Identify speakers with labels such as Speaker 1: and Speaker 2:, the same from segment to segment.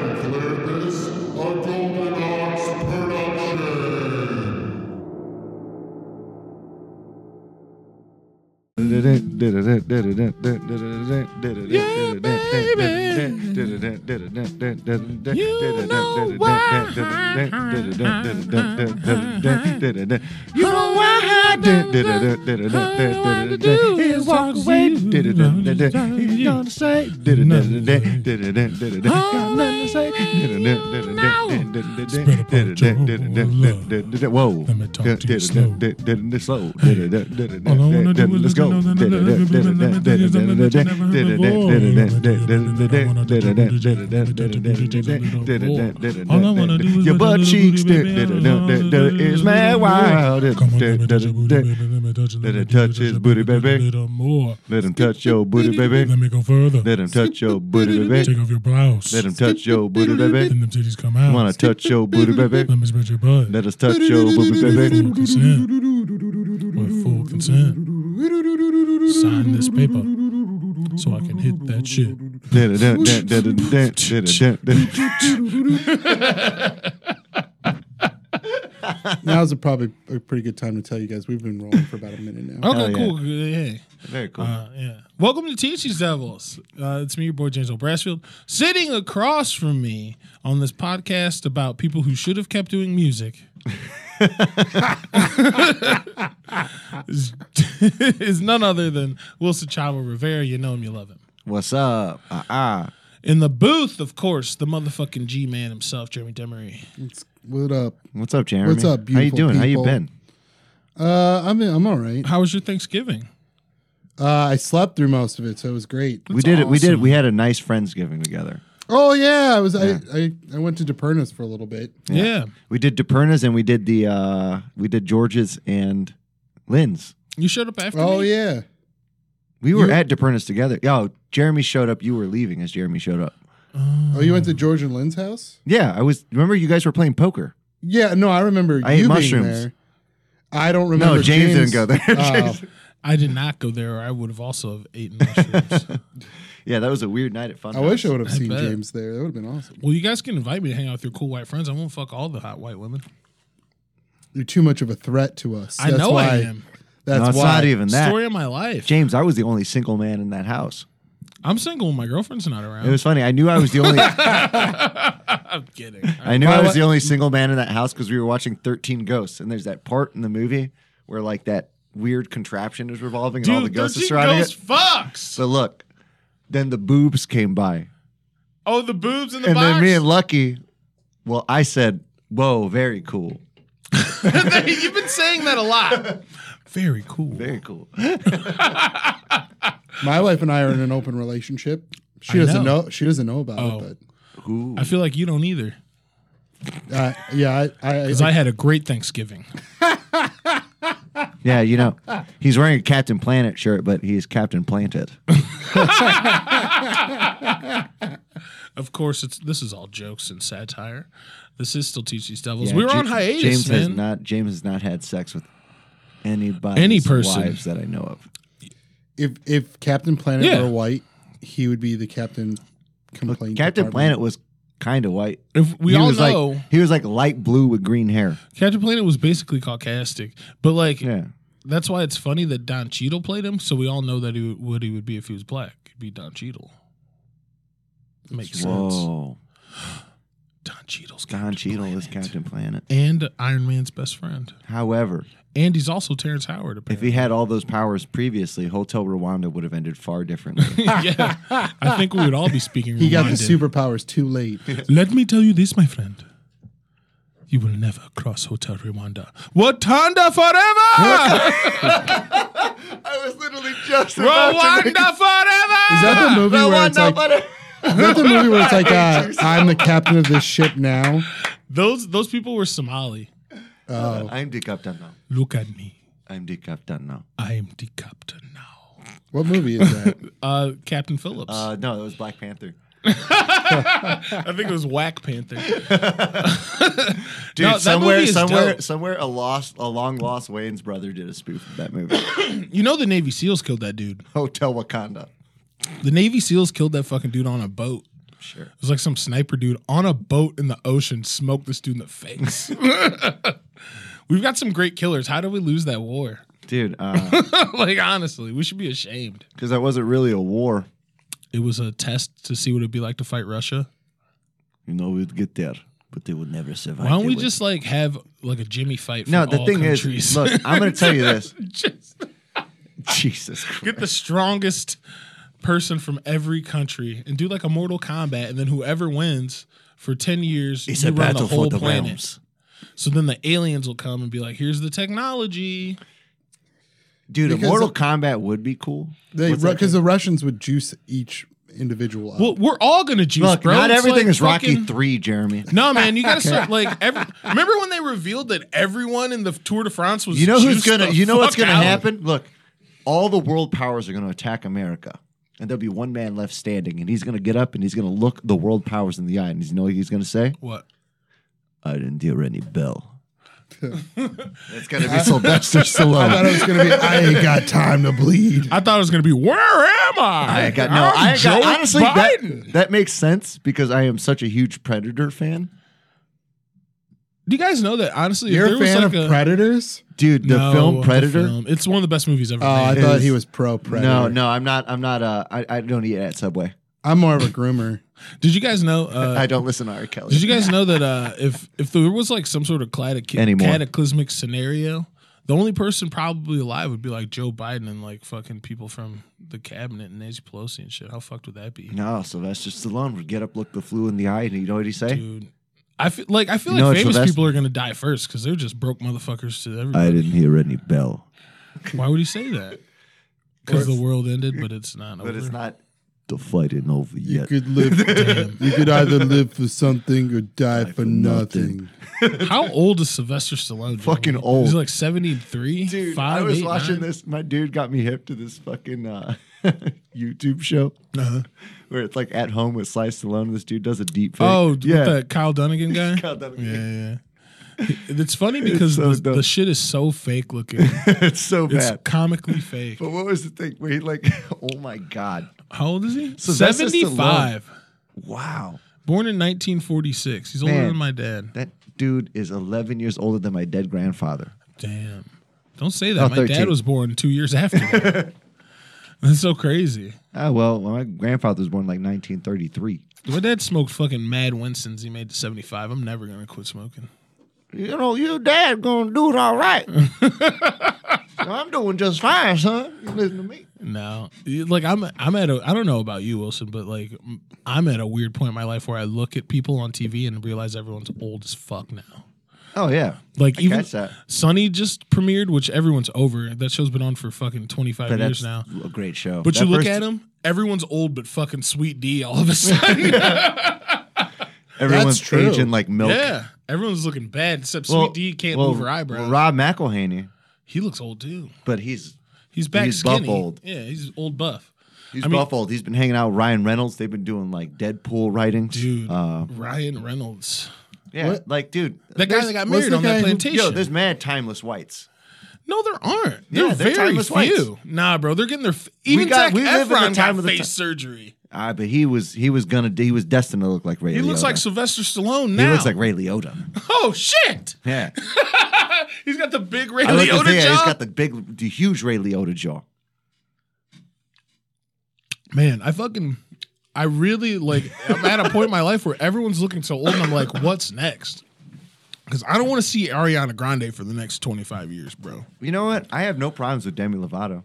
Speaker 1: Atlantis, a Golden Ox production.
Speaker 2: You know why I do what I do is walk away.
Speaker 3: You know what
Speaker 2: Nothing
Speaker 3: to
Speaker 2: to say. Got nothing to say.
Speaker 3: Whoa.
Speaker 2: Let me talk to you slow.
Speaker 3: Slow.
Speaker 2: All I wanna do is
Speaker 3: Let's go.
Speaker 2: listen to the lyrics, but let me tell you something that you never heard before. All I wanna do is
Speaker 3: Your butt
Speaker 2: listen
Speaker 3: cheeks
Speaker 2: to the booty, baby.
Speaker 3: is mad wild.
Speaker 2: Come on, let me touch your
Speaker 3: Let it touch his booty,
Speaker 2: booty, baby. Let me touch it. me A
Speaker 3: baby.
Speaker 2: little more.
Speaker 3: Let him touch your booty,
Speaker 2: Let
Speaker 3: baby.
Speaker 2: me go further.
Speaker 3: Let him touch your booty,
Speaker 2: Take
Speaker 3: baby.
Speaker 2: off your blouse.
Speaker 3: Let him touch your booty,
Speaker 2: And
Speaker 3: baby.
Speaker 2: them titties come out.
Speaker 3: Wanna touch your booty, baby?
Speaker 2: Let me spread your butt.
Speaker 3: Let us touch your booty,
Speaker 2: Full
Speaker 3: baby.
Speaker 2: consent. With full consent. Sign this paper so I can hit that shit.
Speaker 4: Now's a probably a pretty good time to tell you guys we've been rolling for about a minute now.
Speaker 2: Okay,
Speaker 3: yeah.
Speaker 2: cool. Good, Yeah.
Speaker 3: Very cool.
Speaker 2: Uh, yeah. Welcome to Teachers Devils. Uh, it's me, your boy James O'Brassfield. Sitting across from me on this podcast about people who should have kept doing music is, is none other than Wilson Chavo Rivera. You know him, you love him.
Speaker 3: What's up? Uh uh.
Speaker 2: In the booth, of course, the motherfucking G Man himself, Jeremy Demery.
Speaker 3: Oh.
Speaker 4: It's- what up?
Speaker 3: What's up, Jeremy?
Speaker 4: What's up,
Speaker 3: How you
Speaker 4: beautiful
Speaker 3: doing? How you
Speaker 4: people?
Speaker 3: been?
Speaker 4: Uh, I'm I'm all right.
Speaker 2: How was your Thanksgiving?
Speaker 4: Uh, I slept through most of it, so it was great.
Speaker 3: we did it. We did it. We had a nice friendsgiving together.
Speaker 4: Oh yeah, I was I, I I went to DePernas for a little bit.
Speaker 2: Yeah.
Speaker 3: We did DePernas and we did the uh we did George's and Lynn's.
Speaker 2: You showed up after
Speaker 4: Oh
Speaker 2: me?
Speaker 4: yeah,
Speaker 3: We were at DePernas together. Yo, Jeremy showed up. You were leaving as Jeremy showed up.
Speaker 4: Oh, you went to George and Lynn's house?
Speaker 3: Yeah, I was. Remember, you guys were playing poker.
Speaker 4: Yeah, no, I remember
Speaker 3: I ate
Speaker 4: you being
Speaker 3: mushrooms.
Speaker 4: there. I don't remember.
Speaker 3: no, James, didn't go there.
Speaker 4: Oh.
Speaker 3: James-
Speaker 2: I did not go there or I would have also have eaten mushrooms.
Speaker 3: Yeah, that was a weird night at Fun.
Speaker 4: I wish I would have seen
Speaker 2: bet.
Speaker 4: James there. That would have been awesome.
Speaker 2: Well, you guys can invite me to hang out with your cool white friends. I won't fuck all the hot white women.
Speaker 4: You're too much of a threat to us.
Speaker 2: I
Speaker 4: That's
Speaker 2: know
Speaker 4: why,
Speaker 2: I am.
Speaker 4: That's
Speaker 3: no, it's
Speaker 4: why.
Speaker 3: not even that.
Speaker 2: Story of my life.
Speaker 3: James, I was the only single man in that house.
Speaker 2: I'm single when my girlfriend's not
Speaker 4: Oh.
Speaker 2: around.
Speaker 3: It was funny. I knew I was the only.
Speaker 2: I'm kidding.
Speaker 3: I knew I was
Speaker 4: what-
Speaker 3: the only single man in that house because we were watching Thirteen Ghosts, and there's that part in the movie where like that weird contraption is revolving and all the
Speaker 2: Dude,
Speaker 3: ghosts are
Speaker 2: 13
Speaker 3: surrounding
Speaker 2: ghost
Speaker 3: it.
Speaker 2: fucks.
Speaker 3: So look, then the boobs came by,
Speaker 2: Oh, the boobs in the
Speaker 3: and
Speaker 2: box.
Speaker 3: then me and Lucky. Well, I said, "Whoa, very cool,
Speaker 2: You've been saying that a lot. Very cool.
Speaker 3: very cool."
Speaker 4: My wife and I are in an open relationship. She
Speaker 2: I
Speaker 4: doesn't
Speaker 2: know.
Speaker 4: know. She doesn't know about
Speaker 2: Oh.
Speaker 4: it,
Speaker 3: Ooh.
Speaker 2: I feel like you don't either.
Speaker 4: but uh, yeah, I, I,
Speaker 2: Because I had a great Thanksgiving.
Speaker 3: Yeah, you know, he's wearing a Captain Planet shirt, but he's Captain Planted.
Speaker 2: Of course, it's this is all jokes and satire. This is still Teach These Devils. we were on hiatus,
Speaker 3: James
Speaker 2: man.
Speaker 3: has not. James has not had sex with anybody.
Speaker 2: Any person.
Speaker 3: wives that I know of.
Speaker 4: if if Captain Planet
Speaker 2: Yeah.
Speaker 4: were white, he would be the captain. Complaint.
Speaker 3: Captain
Speaker 4: department.
Speaker 3: Planet was kind of white.
Speaker 2: if we
Speaker 3: he
Speaker 2: all
Speaker 3: was
Speaker 2: know,
Speaker 3: like he was like light blue with green hair.
Speaker 2: Captain Planet was basically caucastic, but like
Speaker 3: Yeah,
Speaker 2: That's why it's funny that Don Cheadle played him, so we all know that he would, what he would be if he was black. He'd be Don Cheadle. Makes sense.
Speaker 3: whoa.
Speaker 2: Don Cheadle's
Speaker 3: Don
Speaker 2: Captain
Speaker 3: Cheadle is
Speaker 2: Planet.
Speaker 3: Captain Planet.
Speaker 2: and Iron Man's best friend,
Speaker 3: However,
Speaker 2: and he's also Terrence Howard.
Speaker 3: if
Speaker 2: Apparently,
Speaker 3: he had all those powers previously, Hotel Rwanda would have ended far differently.
Speaker 2: yeah, I think we would all be speaking.
Speaker 4: He got the
Speaker 2: Rwandan.
Speaker 4: superpowers too late.
Speaker 2: Let me tell you this, my friend. You will never cross Hotel Rwanda. Watanda forever!
Speaker 3: I was literally just
Speaker 2: Rwanda forever!
Speaker 4: Is that the movie where it's like? Is that the movie where it's like? Uh, I'm the captain of this ship now.
Speaker 2: Those those people were Somali.
Speaker 3: I'm Dick Upton now.
Speaker 2: Look at me.
Speaker 3: I'm Dick Upton now.
Speaker 2: I am the captain now.
Speaker 4: What movie is that?
Speaker 2: Uh, Captain Phillips.
Speaker 3: Uh, no, that was Black Panther.
Speaker 2: I think it was Whack Panther.
Speaker 3: Dude,
Speaker 2: No, that
Speaker 3: somewhere,
Speaker 2: movie is
Speaker 3: somewhere,
Speaker 2: dope.
Speaker 3: somewhere, a lost, a long lost Wayne's brother did a spoof of that movie.
Speaker 2: You know the Navy SEALs killed that dude.
Speaker 3: Hotel Wakanda.
Speaker 2: The Navy SEALs killed that fucking dude on a boat.
Speaker 3: Sure.
Speaker 2: It was like some sniper dude on a boat in the ocean smoked this dude in the face. We've got some great killers. How did we lose that war?
Speaker 3: Dude, because
Speaker 2: like honestly, we should be ashamed.
Speaker 3: that wasn't really a war.
Speaker 2: It was a test to see what it'd be like to fight Russia.
Speaker 3: You know, we'd get there, but they would never survive.
Speaker 2: Why don't
Speaker 3: They
Speaker 2: we
Speaker 3: would-
Speaker 2: just like have like a Jimmy fight? For
Speaker 3: No, the
Speaker 2: all
Speaker 3: thing
Speaker 2: countries.
Speaker 3: is, look, I'm going to tell you this.
Speaker 2: just
Speaker 3: Jesus Christ.
Speaker 2: get the strongest person from every country and do like a Mortal Kombat, and then whoever wins for ten years, you run the whole planet. So then the aliens will come and be like, "Here's the technology."
Speaker 3: Dude, a
Speaker 4: Because
Speaker 3: Mortal
Speaker 4: of-
Speaker 3: Kombat would be cool. What's that
Speaker 4: Because
Speaker 3: thing?
Speaker 4: the Russians would juice each individual up.
Speaker 2: Well, we're all gonna juice,
Speaker 3: Look,
Speaker 2: bro.
Speaker 3: not
Speaker 2: It's
Speaker 3: everything
Speaker 2: like
Speaker 3: is Rocky
Speaker 2: fucking-
Speaker 3: 3, Jeremy.
Speaker 2: No, man, you gotta start like. Every, remember when they revealed that everyone in the Tour de France was?
Speaker 3: You know who's
Speaker 2: juiced
Speaker 3: gonna.
Speaker 2: the
Speaker 3: You know what's
Speaker 2: fuck
Speaker 3: gonna
Speaker 2: out?
Speaker 3: happen? Look, all the world powers are gonna attack America, and there'll be one man left standing, and he's gonna get up and he's gonna look the world powers in the eye, and he's you know what he's gonna say,
Speaker 2: What?
Speaker 3: "I didn't hear any bell." It's gonna be Sylvester Stallone.
Speaker 4: I thought it was going to be, I ain't got time to bleed.
Speaker 2: I thought it was gonna be. Where am I?
Speaker 3: I got no.
Speaker 2: I'm
Speaker 3: I got
Speaker 2: Joe
Speaker 3: honestly
Speaker 2: Biden.
Speaker 3: that that makes sense because I am such a huge Predator fan,
Speaker 2: Do you guys know that? Honestly, if
Speaker 4: You're
Speaker 2: there
Speaker 4: a fan
Speaker 2: was like
Speaker 4: of
Speaker 2: a,
Speaker 4: Predators?
Speaker 3: dude. The
Speaker 2: No,
Speaker 3: film Predator.
Speaker 2: film. It's one of the best movies ever
Speaker 4: Oh, I
Speaker 2: made.
Speaker 4: thought
Speaker 3: Is-
Speaker 4: he was pro Predator.
Speaker 3: No, no, I'm not. I'm not. Uh, I, I don't eat at Subway.
Speaker 4: I'm more of a groomer.
Speaker 2: Did you guys know? Uh,
Speaker 3: I don't listen to R. Kelly.
Speaker 2: did you guys know that uh, if if there was like some sort of clatic-
Speaker 3: Anymore.
Speaker 2: cataclysmic scenario, the only person probably alive would be like Joe Biden and like fucking people from the cabinet and Nancy Pelosi and shit. How fucked would that be,
Speaker 3: No, Sylvester Stallone would get up, look the flu in the eye, and you know what he'd say?
Speaker 2: dude? I feel like I feel
Speaker 3: You know
Speaker 2: like
Speaker 3: it's the
Speaker 2: famous
Speaker 3: best-
Speaker 2: people are gonna die first because they're just broke motherfuckers to everybody.
Speaker 3: I didn't hear any bell.
Speaker 2: Why would he say that? Because the world ended, but it's not.
Speaker 3: But
Speaker 2: over.
Speaker 3: it's not. The fight isn't over
Speaker 4: You
Speaker 3: yet.
Speaker 4: could live. you could either live for something or die, for, nothing.
Speaker 2: How old is Sylvester Stallone?
Speaker 3: Fucking
Speaker 2: Jamie?
Speaker 3: old.
Speaker 2: He's like 73,
Speaker 3: Dude,
Speaker 2: five,
Speaker 3: I was
Speaker 2: eight,
Speaker 3: watching
Speaker 2: nine?
Speaker 3: this. My dude got me hip to this fucking uh, YouTube show
Speaker 2: Uh-huh.
Speaker 3: where it's like at home with Sly Stallone. And this dude does a deep fake.
Speaker 2: Oh, yeah.
Speaker 3: yeah.
Speaker 2: with that Kyle Dunnigan guy?
Speaker 3: God, that-
Speaker 2: yeah, yeah. It's funny because
Speaker 3: so
Speaker 2: the,
Speaker 3: dumb.
Speaker 2: the shit is so fake looking.
Speaker 3: it's so
Speaker 2: It's
Speaker 3: bad.
Speaker 2: comically fake.
Speaker 3: But what was the thing where he like, oh my god,
Speaker 2: How old is he?
Speaker 3: Sylvester Stallone.
Speaker 2: 75.
Speaker 3: wow,
Speaker 2: Born in 1946. He's older
Speaker 3: Man.
Speaker 2: than my dad.
Speaker 3: that dude is 11 years older than my dead grandfather.
Speaker 2: Damn. Don't say that.
Speaker 3: Oh,
Speaker 2: my
Speaker 3: 13.
Speaker 2: dad was born two years after that. That's so crazy.
Speaker 3: Ah, well, my grandfather was born like 1933.
Speaker 2: My dad smoked fucking Mad Winston's. He made to 75. I'm never going to quit smoking.
Speaker 3: you know, your dad gonna do it all right. I'm doing just fine, son. You listen to me.
Speaker 2: No, like I'm, I'm at a, I don't know about you, Wilson, but like m- I'm at a weird point in my life where I look at people on TV and realize everyone's old as fuck now.
Speaker 3: Oh yeah,
Speaker 2: Like
Speaker 3: I
Speaker 2: even
Speaker 3: catch that.
Speaker 2: Sunny just premiered, which everyone's over. That show's been on for fucking 25
Speaker 3: But
Speaker 2: years
Speaker 3: that's
Speaker 2: now.
Speaker 3: a great show.
Speaker 2: But
Speaker 3: That
Speaker 2: you look
Speaker 3: first-
Speaker 2: at him, everyone's old, but fucking Sweet D all of a sudden.
Speaker 3: Everyone's
Speaker 4: That's true.
Speaker 3: aging like milk.
Speaker 2: yeah, everyone's looking bad except
Speaker 3: Well,
Speaker 2: Sweet D can't
Speaker 3: well,
Speaker 2: move her eyebrow.
Speaker 3: well, Rob McElhaney,
Speaker 2: he looks old too.
Speaker 3: but he's
Speaker 2: He's back
Speaker 3: He's buff
Speaker 2: skinny.
Speaker 3: old.
Speaker 2: Yeah, he's old buff.
Speaker 3: he's
Speaker 2: I mean-
Speaker 3: buff old. He's been hanging out with Ryan Reynolds. They've been doing like Deadpool writings.
Speaker 2: Dude,
Speaker 3: Uh,
Speaker 2: Ryan Reynolds.
Speaker 3: yeah, like dude,
Speaker 2: That guy
Speaker 3: there's-
Speaker 2: that got
Speaker 4: what's
Speaker 2: married
Speaker 4: the
Speaker 2: on that
Speaker 4: guy who- yo,
Speaker 2: plantation.
Speaker 3: Yo, there's mad timeless whites.
Speaker 2: No, there aren't.
Speaker 3: Yeah,
Speaker 2: There are
Speaker 3: they're
Speaker 2: very
Speaker 3: timeless whites.
Speaker 2: few. Nah, bro, they're getting their f- even
Speaker 3: got-
Speaker 2: Zac
Speaker 3: we live in the time
Speaker 2: Efron got
Speaker 3: of the
Speaker 2: face
Speaker 3: ti-
Speaker 2: surgery.
Speaker 3: Ah, but he was he was gonna he was destined to look like Ray.
Speaker 2: He looks
Speaker 3: Liotta.
Speaker 2: like Sylvester Stallone
Speaker 3: he
Speaker 2: now.
Speaker 3: looks like Ray Liotta.
Speaker 2: oh shit!
Speaker 3: Yeah.
Speaker 2: He's got the big Ray
Speaker 3: I like to
Speaker 2: Liotta
Speaker 3: say he's
Speaker 2: jaw.
Speaker 3: got the big, the huge Ray Liotta jaw.
Speaker 2: Man, I fucking, I really like. I'm at a point in my life where everyone's looking so old, and I'm like, what's next? Because I don't want to see Ariana Grande for the next 25 years, bro.
Speaker 3: You know what? I have no problems with Demi Lovato.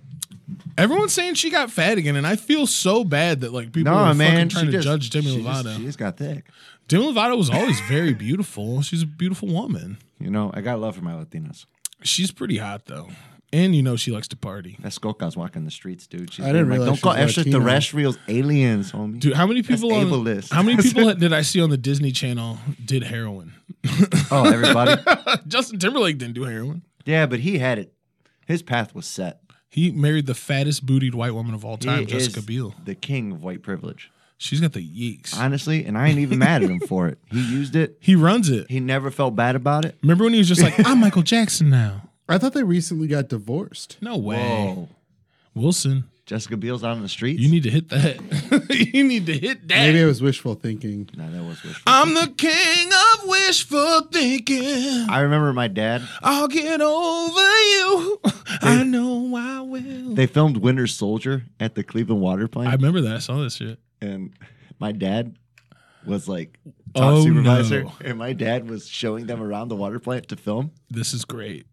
Speaker 2: Everyone's saying she got fat again, and I feel so bad that like people
Speaker 3: No,
Speaker 2: are
Speaker 3: man,
Speaker 2: fucking
Speaker 3: she
Speaker 2: trying to
Speaker 3: just,
Speaker 2: judge Demi
Speaker 3: she just-
Speaker 2: Lovato.
Speaker 3: She just got thick.
Speaker 2: Demi Lovato was always very beautiful. She's a beautiful woman.
Speaker 3: You know, I got love for my Latinos.
Speaker 2: She's pretty hot though, and you know she likes to party.
Speaker 3: That Skolka's walking the streets, dude. She's
Speaker 4: I didn't
Speaker 3: like,
Speaker 4: realize
Speaker 3: don't
Speaker 4: she
Speaker 3: call
Speaker 4: was
Speaker 3: extraterrestrials aliens, homie.
Speaker 2: Dude, how many people
Speaker 3: That's
Speaker 2: on
Speaker 3: ableist.
Speaker 2: how many people did I see on the Disney Channel did heroin?
Speaker 3: Oh, everybody.
Speaker 2: Justin Timberlake didn't do heroin.
Speaker 3: yeah, but he had it. His path was set.
Speaker 2: He married the fattest bootied white woman of all
Speaker 3: He
Speaker 2: time, Jessica
Speaker 3: is
Speaker 2: Biel.
Speaker 3: the king of white privilege,
Speaker 2: She's got the yeeks.
Speaker 3: honestly. And I ain't even mad at him for it. He used it.
Speaker 2: he runs it.
Speaker 3: He never felt bad about it.
Speaker 2: Remember when he was just like, "I'm Michael Jackson now."
Speaker 4: I thought they recently got divorced.
Speaker 2: No way, Wilson.
Speaker 3: Jessica Biel's out on the streets.
Speaker 2: You need to hit that. you need to hit that.
Speaker 4: Maybe it was wishful thinking.
Speaker 3: no, that was wishful.
Speaker 2: I'm the king of wishful thinking.
Speaker 3: I remember my dad.
Speaker 2: I'll get over you. I know I will.
Speaker 3: They filmed Winter Soldier at the Cleveland Water
Speaker 2: I
Speaker 3: Plant,
Speaker 2: remember that. I saw this shit.
Speaker 3: and my dad was like top
Speaker 2: Oh,
Speaker 3: supervisor,
Speaker 2: no.
Speaker 3: and my dad was showing them around the water plant to film.
Speaker 2: This is great.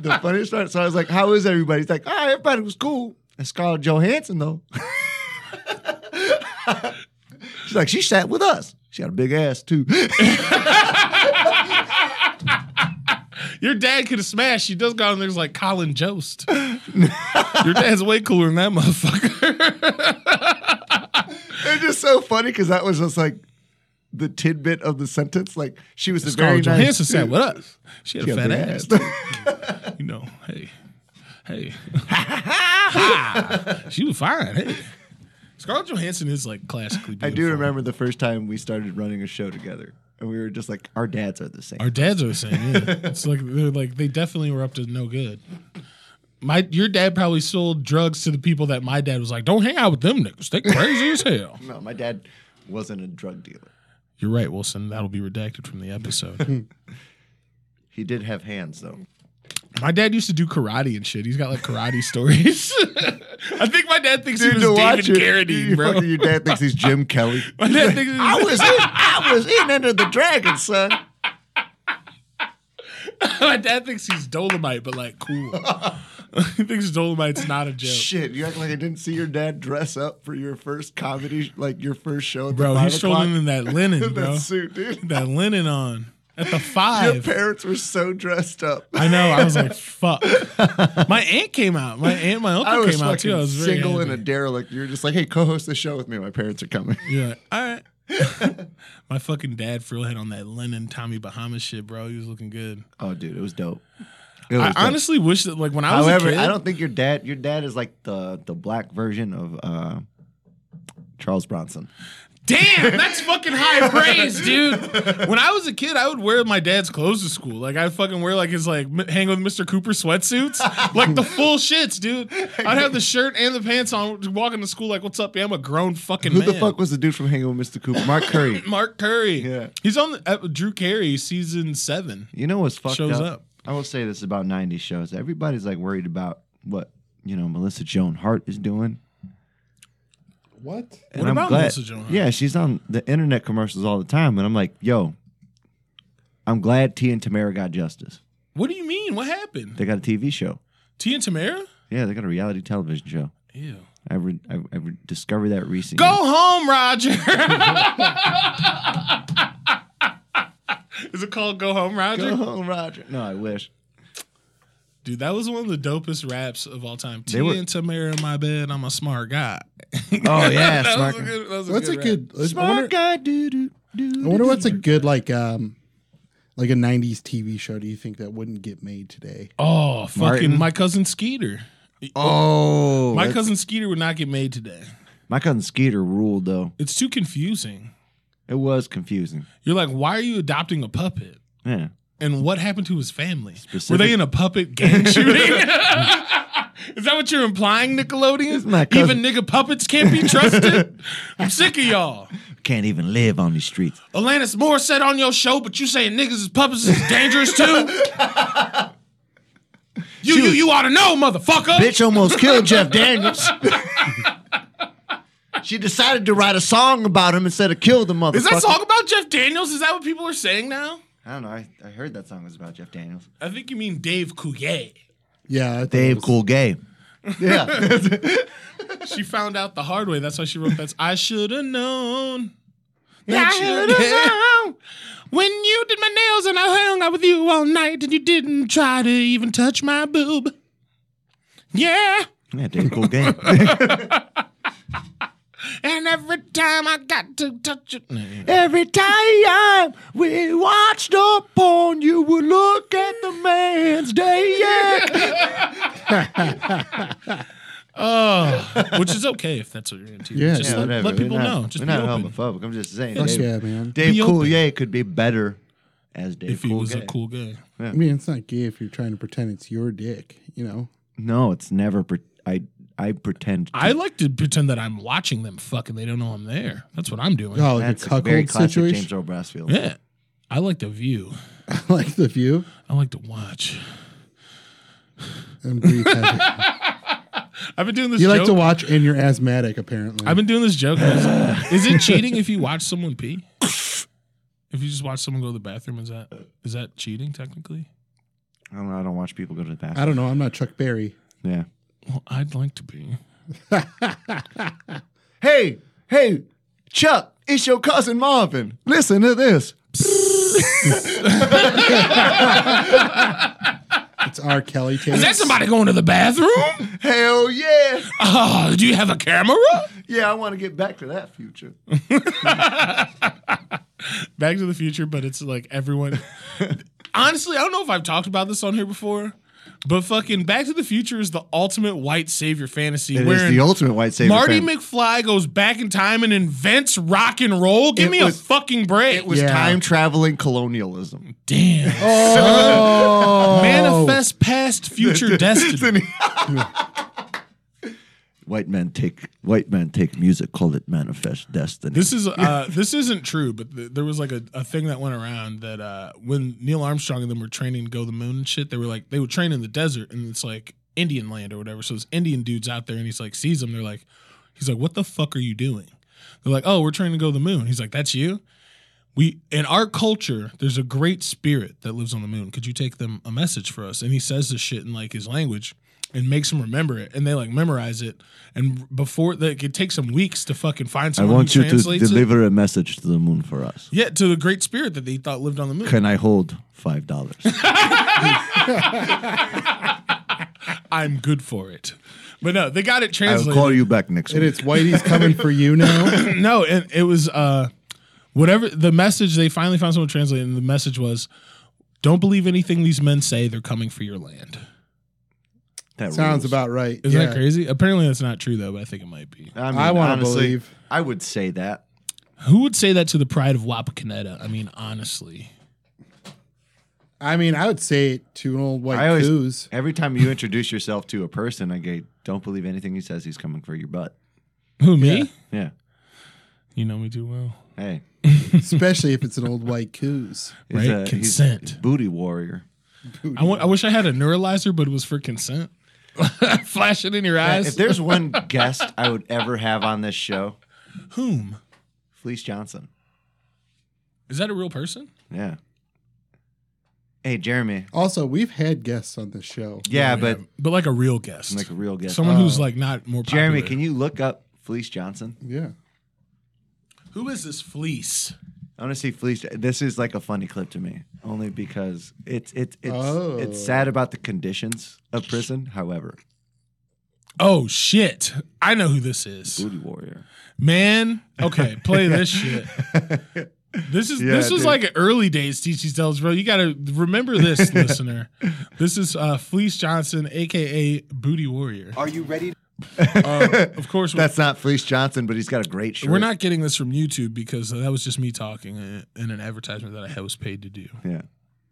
Speaker 3: The funniest part. So I was like, "How is everybody?" He's like, "Ah, everybody was cool." And Scarlett Johansson though. She's like, she sat with us. She had a big ass too.
Speaker 2: Your dad could have smashed. You just got on there's like Colin Jost. Your dad's way cooler than that motherfucker.
Speaker 3: It's just so funny because that was just like the tidbit of the sentence. Like she was a very
Speaker 2: Scarlett Johansson
Speaker 3: nice.
Speaker 2: sat with us. She had
Speaker 3: She
Speaker 2: a
Speaker 3: had
Speaker 2: fat
Speaker 3: a big
Speaker 2: ass.
Speaker 3: ass.
Speaker 2: you know, hey, hey, she was fine. Hey, Scarlett Johansson is like classically.
Speaker 3: I
Speaker 2: Beautiful.
Speaker 3: do remember the first time we started running a show together, and we were just like, our dads are the same.
Speaker 2: Our dads are the same. Yeah. it's like they're like they definitely were up to no good. My your dad probably sold drugs to the people that my dad was like, don't hang out with them niggas. They crazy as hell.
Speaker 3: no, my dad wasn't a drug dealer.
Speaker 2: You're right, Wilson. That'll be redacted from the episode.
Speaker 3: He did have hands though.
Speaker 2: my dad used to do karate and shit. He's got like karate stories. I think my dad thinks he
Speaker 3: to
Speaker 2: was David
Speaker 3: it,
Speaker 2: Carradine,
Speaker 3: you
Speaker 2: bro.
Speaker 3: fucking- your dad thinks he's Jim Kelly.
Speaker 2: My dad thinks he was-
Speaker 3: I was in, I was in under the dragon, son.
Speaker 2: My dad thinks he's Dolomite, but like cool. he thinks Dolomite's not a joke.
Speaker 3: Shit, you act like I didn't see your dad dress up for your first comedy, like your first show. At
Speaker 2: Bro,
Speaker 3: the
Speaker 2: he
Speaker 3: five
Speaker 2: strolled in
Speaker 3: o'clock.
Speaker 2: in that linen,
Speaker 3: that
Speaker 2: bro.
Speaker 3: suit, dude.
Speaker 2: That linen on at the
Speaker 3: Your
Speaker 2: five.
Speaker 3: parents were so dressed up.
Speaker 2: I know. I was like, fuck. My aunt came out. My aunt, my uncle
Speaker 3: I was
Speaker 2: came out too. I
Speaker 3: fucking
Speaker 2: was very
Speaker 3: single and a
Speaker 2: happy.
Speaker 3: derelict. You're just like, hey, co-host the show with me. My parents are coming.
Speaker 2: You're like, all right. my fucking dad for real had on that linen Tommy Bahama shit, bro. He was looking good.
Speaker 3: Oh, dude, it was dope.
Speaker 2: I honestly wish that, like, when I was
Speaker 3: However,
Speaker 2: a kid,
Speaker 3: I don't think your dad. Your dad is like the the black version of uh, Charles Bronson.
Speaker 2: Damn, that's fucking high praise, dude. When I was a kid, I would wear my dad's clothes to school. Like I'd fucking wear like his like m- hang with Mr. Cooper sweatsuits, like the full shits, dude. I'd have the shirt and the pants on, walking to school like, "What's up, yeah? I'm a grown fucking
Speaker 3: Who
Speaker 2: man."
Speaker 3: the fuck was the dude from Hanging with Mr. Cooper? Mark Curry.
Speaker 2: Mark Curry.
Speaker 3: Yeah.
Speaker 2: he's on the, uh, Drew Carey season seven.
Speaker 3: You know what's fucked
Speaker 2: Shows
Speaker 3: up?
Speaker 2: up.
Speaker 3: I will say this about '90s shows. Everybody's like worried about what you know Melissa Joan Hart is doing.
Speaker 4: What?
Speaker 3: And
Speaker 2: What
Speaker 3: I'm
Speaker 2: about
Speaker 3: glad-
Speaker 2: Melissa Joan Hart?
Speaker 3: Yeah, she's on the internet commercials all the time, and I'm like, yo, I'm glad T and Tamara got justice.
Speaker 2: What do you mean? What happened?
Speaker 3: They got a TV show.
Speaker 2: T and Tamara?
Speaker 3: Yeah, they got a reality television show.
Speaker 2: Ew.
Speaker 3: I re- I, I re- discovered that recently.
Speaker 2: Go home, Roger. Is it called Go Home, Roger?
Speaker 3: Go home, Roger. No, I wish.
Speaker 2: Dude, that was one of the dopest raps of all time. T
Speaker 3: They were-
Speaker 2: and Tamara in my bed. I'm a smart guy.
Speaker 3: Oh yeah,
Speaker 2: that
Speaker 3: smart
Speaker 2: was a
Speaker 3: guy.
Speaker 2: good. That was a
Speaker 4: What's a
Speaker 2: good rap.
Speaker 4: good? I
Speaker 3: Smart
Speaker 4: wonder,
Speaker 3: guy. Do do do.
Speaker 4: I wonder what's a good like um like a '90s TV show. Do you think that wouldn't get made today?
Speaker 2: Oh, fucking
Speaker 3: Martin.
Speaker 2: my cousin Skeeter.
Speaker 3: Oh,
Speaker 2: My
Speaker 3: that's-
Speaker 2: cousin Skeeter would not get made today.
Speaker 3: my cousin Skeeter ruled though.
Speaker 2: It's too confusing.
Speaker 3: It was confusing.
Speaker 2: You're like, why are you adopting a puppet?
Speaker 3: Yeah.
Speaker 2: And what happened to his family? Were
Speaker 3: Specific-
Speaker 2: they in a puppet gang shooting? Is that what you're implying,
Speaker 3: It's
Speaker 2: Nickelodeon?
Speaker 3: my cousin.
Speaker 2: Even nigga puppets can't be trusted. I'm sick of y'all.
Speaker 3: Can't even live on these streets.
Speaker 2: Alanis Moore said on your show, but you saying niggas is puppets is dangerous too. you you you ought to know, motherfucker.
Speaker 3: Bitch almost killed Jeff Daniels. she decided to write a song about him instead of kill the motherfucker.
Speaker 2: Is that song about Jeff Daniels? Is that what people are saying now?
Speaker 3: I don't know. I, I heard that song was about Jeff Daniels.
Speaker 2: I think you mean Dave Coulier.
Speaker 4: Yeah, I thought it
Speaker 3: Dave
Speaker 4: was-
Speaker 3: Cool Gay. Yeah.
Speaker 2: She found out the hard way. That's why she wrote that. I should have known.
Speaker 3: I shoulda
Speaker 2: known. When you did my nails and I hung out with you all night and you didn't try to even touch my boob. Yeah.
Speaker 3: yeah, Dave Cool Gay.
Speaker 2: And every time I got to touch it.
Speaker 3: Every time we watched upon you would look at the man's day. Yeah.
Speaker 2: Oh, which is okay if that's what you're into.
Speaker 4: Yeah,
Speaker 2: just
Speaker 4: yeah,
Speaker 2: let, let people know. Just
Speaker 3: we're
Speaker 2: be
Speaker 3: not
Speaker 2: open.
Speaker 3: homophobic. I'm just saying.
Speaker 4: Fuck
Speaker 3: Dave,
Speaker 4: yeah, man.
Speaker 3: Dave
Speaker 2: Be
Speaker 3: Cool
Speaker 2: open.
Speaker 3: Gay could be better as Dave
Speaker 2: If he
Speaker 3: Cool
Speaker 2: was
Speaker 3: Gay.
Speaker 2: a cool guy,
Speaker 4: I mean, it's not gay if you're trying to pretend it's your dick. You know,
Speaker 3: No, it's never. Pre- I I pretend.
Speaker 2: I like to pretend that I'm watching them fuck and they don't know I'm there. That's what I'm doing.
Speaker 4: Oh, the
Speaker 3: That's a very
Speaker 4: cuckold
Speaker 3: classic James
Speaker 4: situation.
Speaker 3: Earl Brassfield.
Speaker 2: Yeah. I like to view.
Speaker 4: like the view
Speaker 2: I like to watch.
Speaker 4: and breathe heavy.
Speaker 2: I've been doing this
Speaker 4: You
Speaker 2: joke.
Speaker 4: like to watch and you're asthmatic apparently.
Speaker 2: I've been doing this joke. is it cheating if you watch someone pee? If you just watch someone go to the bathroom, is that is that cheating technically?
Speaker 3: I don't know. I don't watch people go to the bathroom.
Speaker 4: I don't know. I'm not Chuck Berry.
Speaker 3: yeah.
Speaker 2: Well, I'd like to pee.
Speaker 3: Hey, hey, Chuck, it's your cousin Marvin. Listen to this.
Speaker 4: It's R. Kelly.
Speaker 2: Is that somebody going to the bathroom?
Speaker 3: Hell yeah.
Speaker 2: Oh, do you have a camera?
Speaker 3: Yeah, I want to get back to that future.
Speaker 2: Back to the Future, but it's like everyone. Honestly, I don't know if I've talked about this on here before, but fucking Back to the Future is the ultimate white savior fantasy.
Speaker 3: It is
Speaker 2: wherein
Speaker 3: the ultimate white savior.
Speaker 2: Marty
Speaker 3: fan.
Speaker 2: McFly goes back in time and invents rock and roll. Give
Speaker 3: It
Speaker 2: me
Speaker 3: was-
Speaker 2: a fucking break.
Speaker 3: It was
Speaker 4: Yeah.
Speaker 3: time traveling colonialism.
Speaker 2: damn.
Speaker 4: Oh,
Speaker 2: Manifest past future destiny.
Speaker 3: White men take white men take music, call it manifest destiny.
Speaker 2: This is uh, this isn't true, but th- there was like a, a thing that went around that uh, when Neil Armstrong and them were training to go to the moon and shit, they were like they would train in the desert and it's like Indian land or whatever. So this Indian dude's out there and he's like sees them. They're like, he's like, what the fuck are you doing? They're like, oh, we're training to go to the moon. He's like, that's you. We in our culture, there's a great spirit that lives on the moon. Could you take them a message for us? And he says this shit in like his language and makes them remember it, and they like memorize it. And before like it takes them weeks to fucking find
Speaker 3: I
Speaker 2: someone.
Speaker 3: want
Speaker 2: who
Speaker 3: you to
Speaker 2: translates it.
Speaker 3: deliver a message to the moon for us.
Speaker 2: Yeah, to the great spirit that they thought lived on the moon.
Speaker 3: Can I hold five dollars?
Speaker 2: I'm good for it. But no, they got it
Speaker 3: I'll
Speaker 2: translated.
Speaker 3: call you back next
Speaker 4: and
Speaker 3: week.
Speaker 4: it's Whitey's coming for you now.
Speaker 2: No, and it was uh whatever the message they finally found someone translated and the message was don't believe anything these men say, they're coming for your land.
Speaker 3: That
Speaker 4: Sounds
Speaker 3: rules.
Speaker 4: about right.
Speaker 2: Isn't
Speaker 4: Yeah.
Speaker 2: that crazy? Apparently that's not true though, but I think it might be.
Speaker 3: I, mean,
Speaker 4: I wanna
Speaker 3: honestly,
Speaker 4: believe.
Speaker 3: I would say that.
Speaker 2: Who would say that to the pride of Wapakoneta? I mean, honestly.
Speaker 4: I mean, I would say it to an old white
Speaker 3: I always-
Speaker 4: coos.
Speaker 3: Every time you introduce yourself to a person, I go, "Don't believe anything he says. He's coming for your butt."
Speaker 2: Who me?
Speaker 3: Yeah.
Speaker 2: You know me too well.
Speaker 3: Hey.
Speaker 4: especially if it's an old white coos.
Speaker 3: He's
Speaker 2: Right?
Speaker 3: a- he's
Speaker 2: Consent.
Speaker 3: booty warrior.
Speaker 2: I wa- I wish I had a neuralizer, but it was for consent. Flash it in your
Speaker 3: If
Speaker 2: eyes.
Speaker 3: there's one guest I would ever have on this show,
Speaker 2: Whom?
Speaker 3: Fleece Johnson.
Speaker 2: Is that a real person?
Speaker 3: Yeah. Hey, Jeremy.
Speaker 4: Also, we've had guests on this show.
Speaker 3: Yeah, but
Speaker 2: But like a real guest.
Speaker 3: like a real guest. Oh.
Speaker 2: Someone who's like not more popular.
Speaker 3: Jeremy, can you look up Fleece Johnson?
Speaker 4: Yeah.
Speaker 2: Who is this fleece?
Speaker 3: I want to see Fleece. This is like a funny clip to me, only because it's it's it's
Speaker 4: Oh.
Speaker 3: it's sad about the conditions of prison. However,
Speaker 2: Oh shit. I know who this is.
Speaker 3: booty warrior.
Speaker 2: Man, okay, play this shit. This is
Speaker 3: Yeah,
Speaker 2: this was
Speaker 3: dude.
Speaker 2: like early days TC Tells, bro. You gotta remember this, listener. This is uh Fleece Johnson, aka Booty Warrior.
Speaker 5: Are you ready?
Speaker 2: Uh, of course we're,
Speaker 3: Oh. That's not Fleece Johnson, but he's got a great shirt.
Speaker 2: we're not getting this from YouTube because that was just me talking in in an advertisement that I was paid to do.
Speaker 3: Yeah,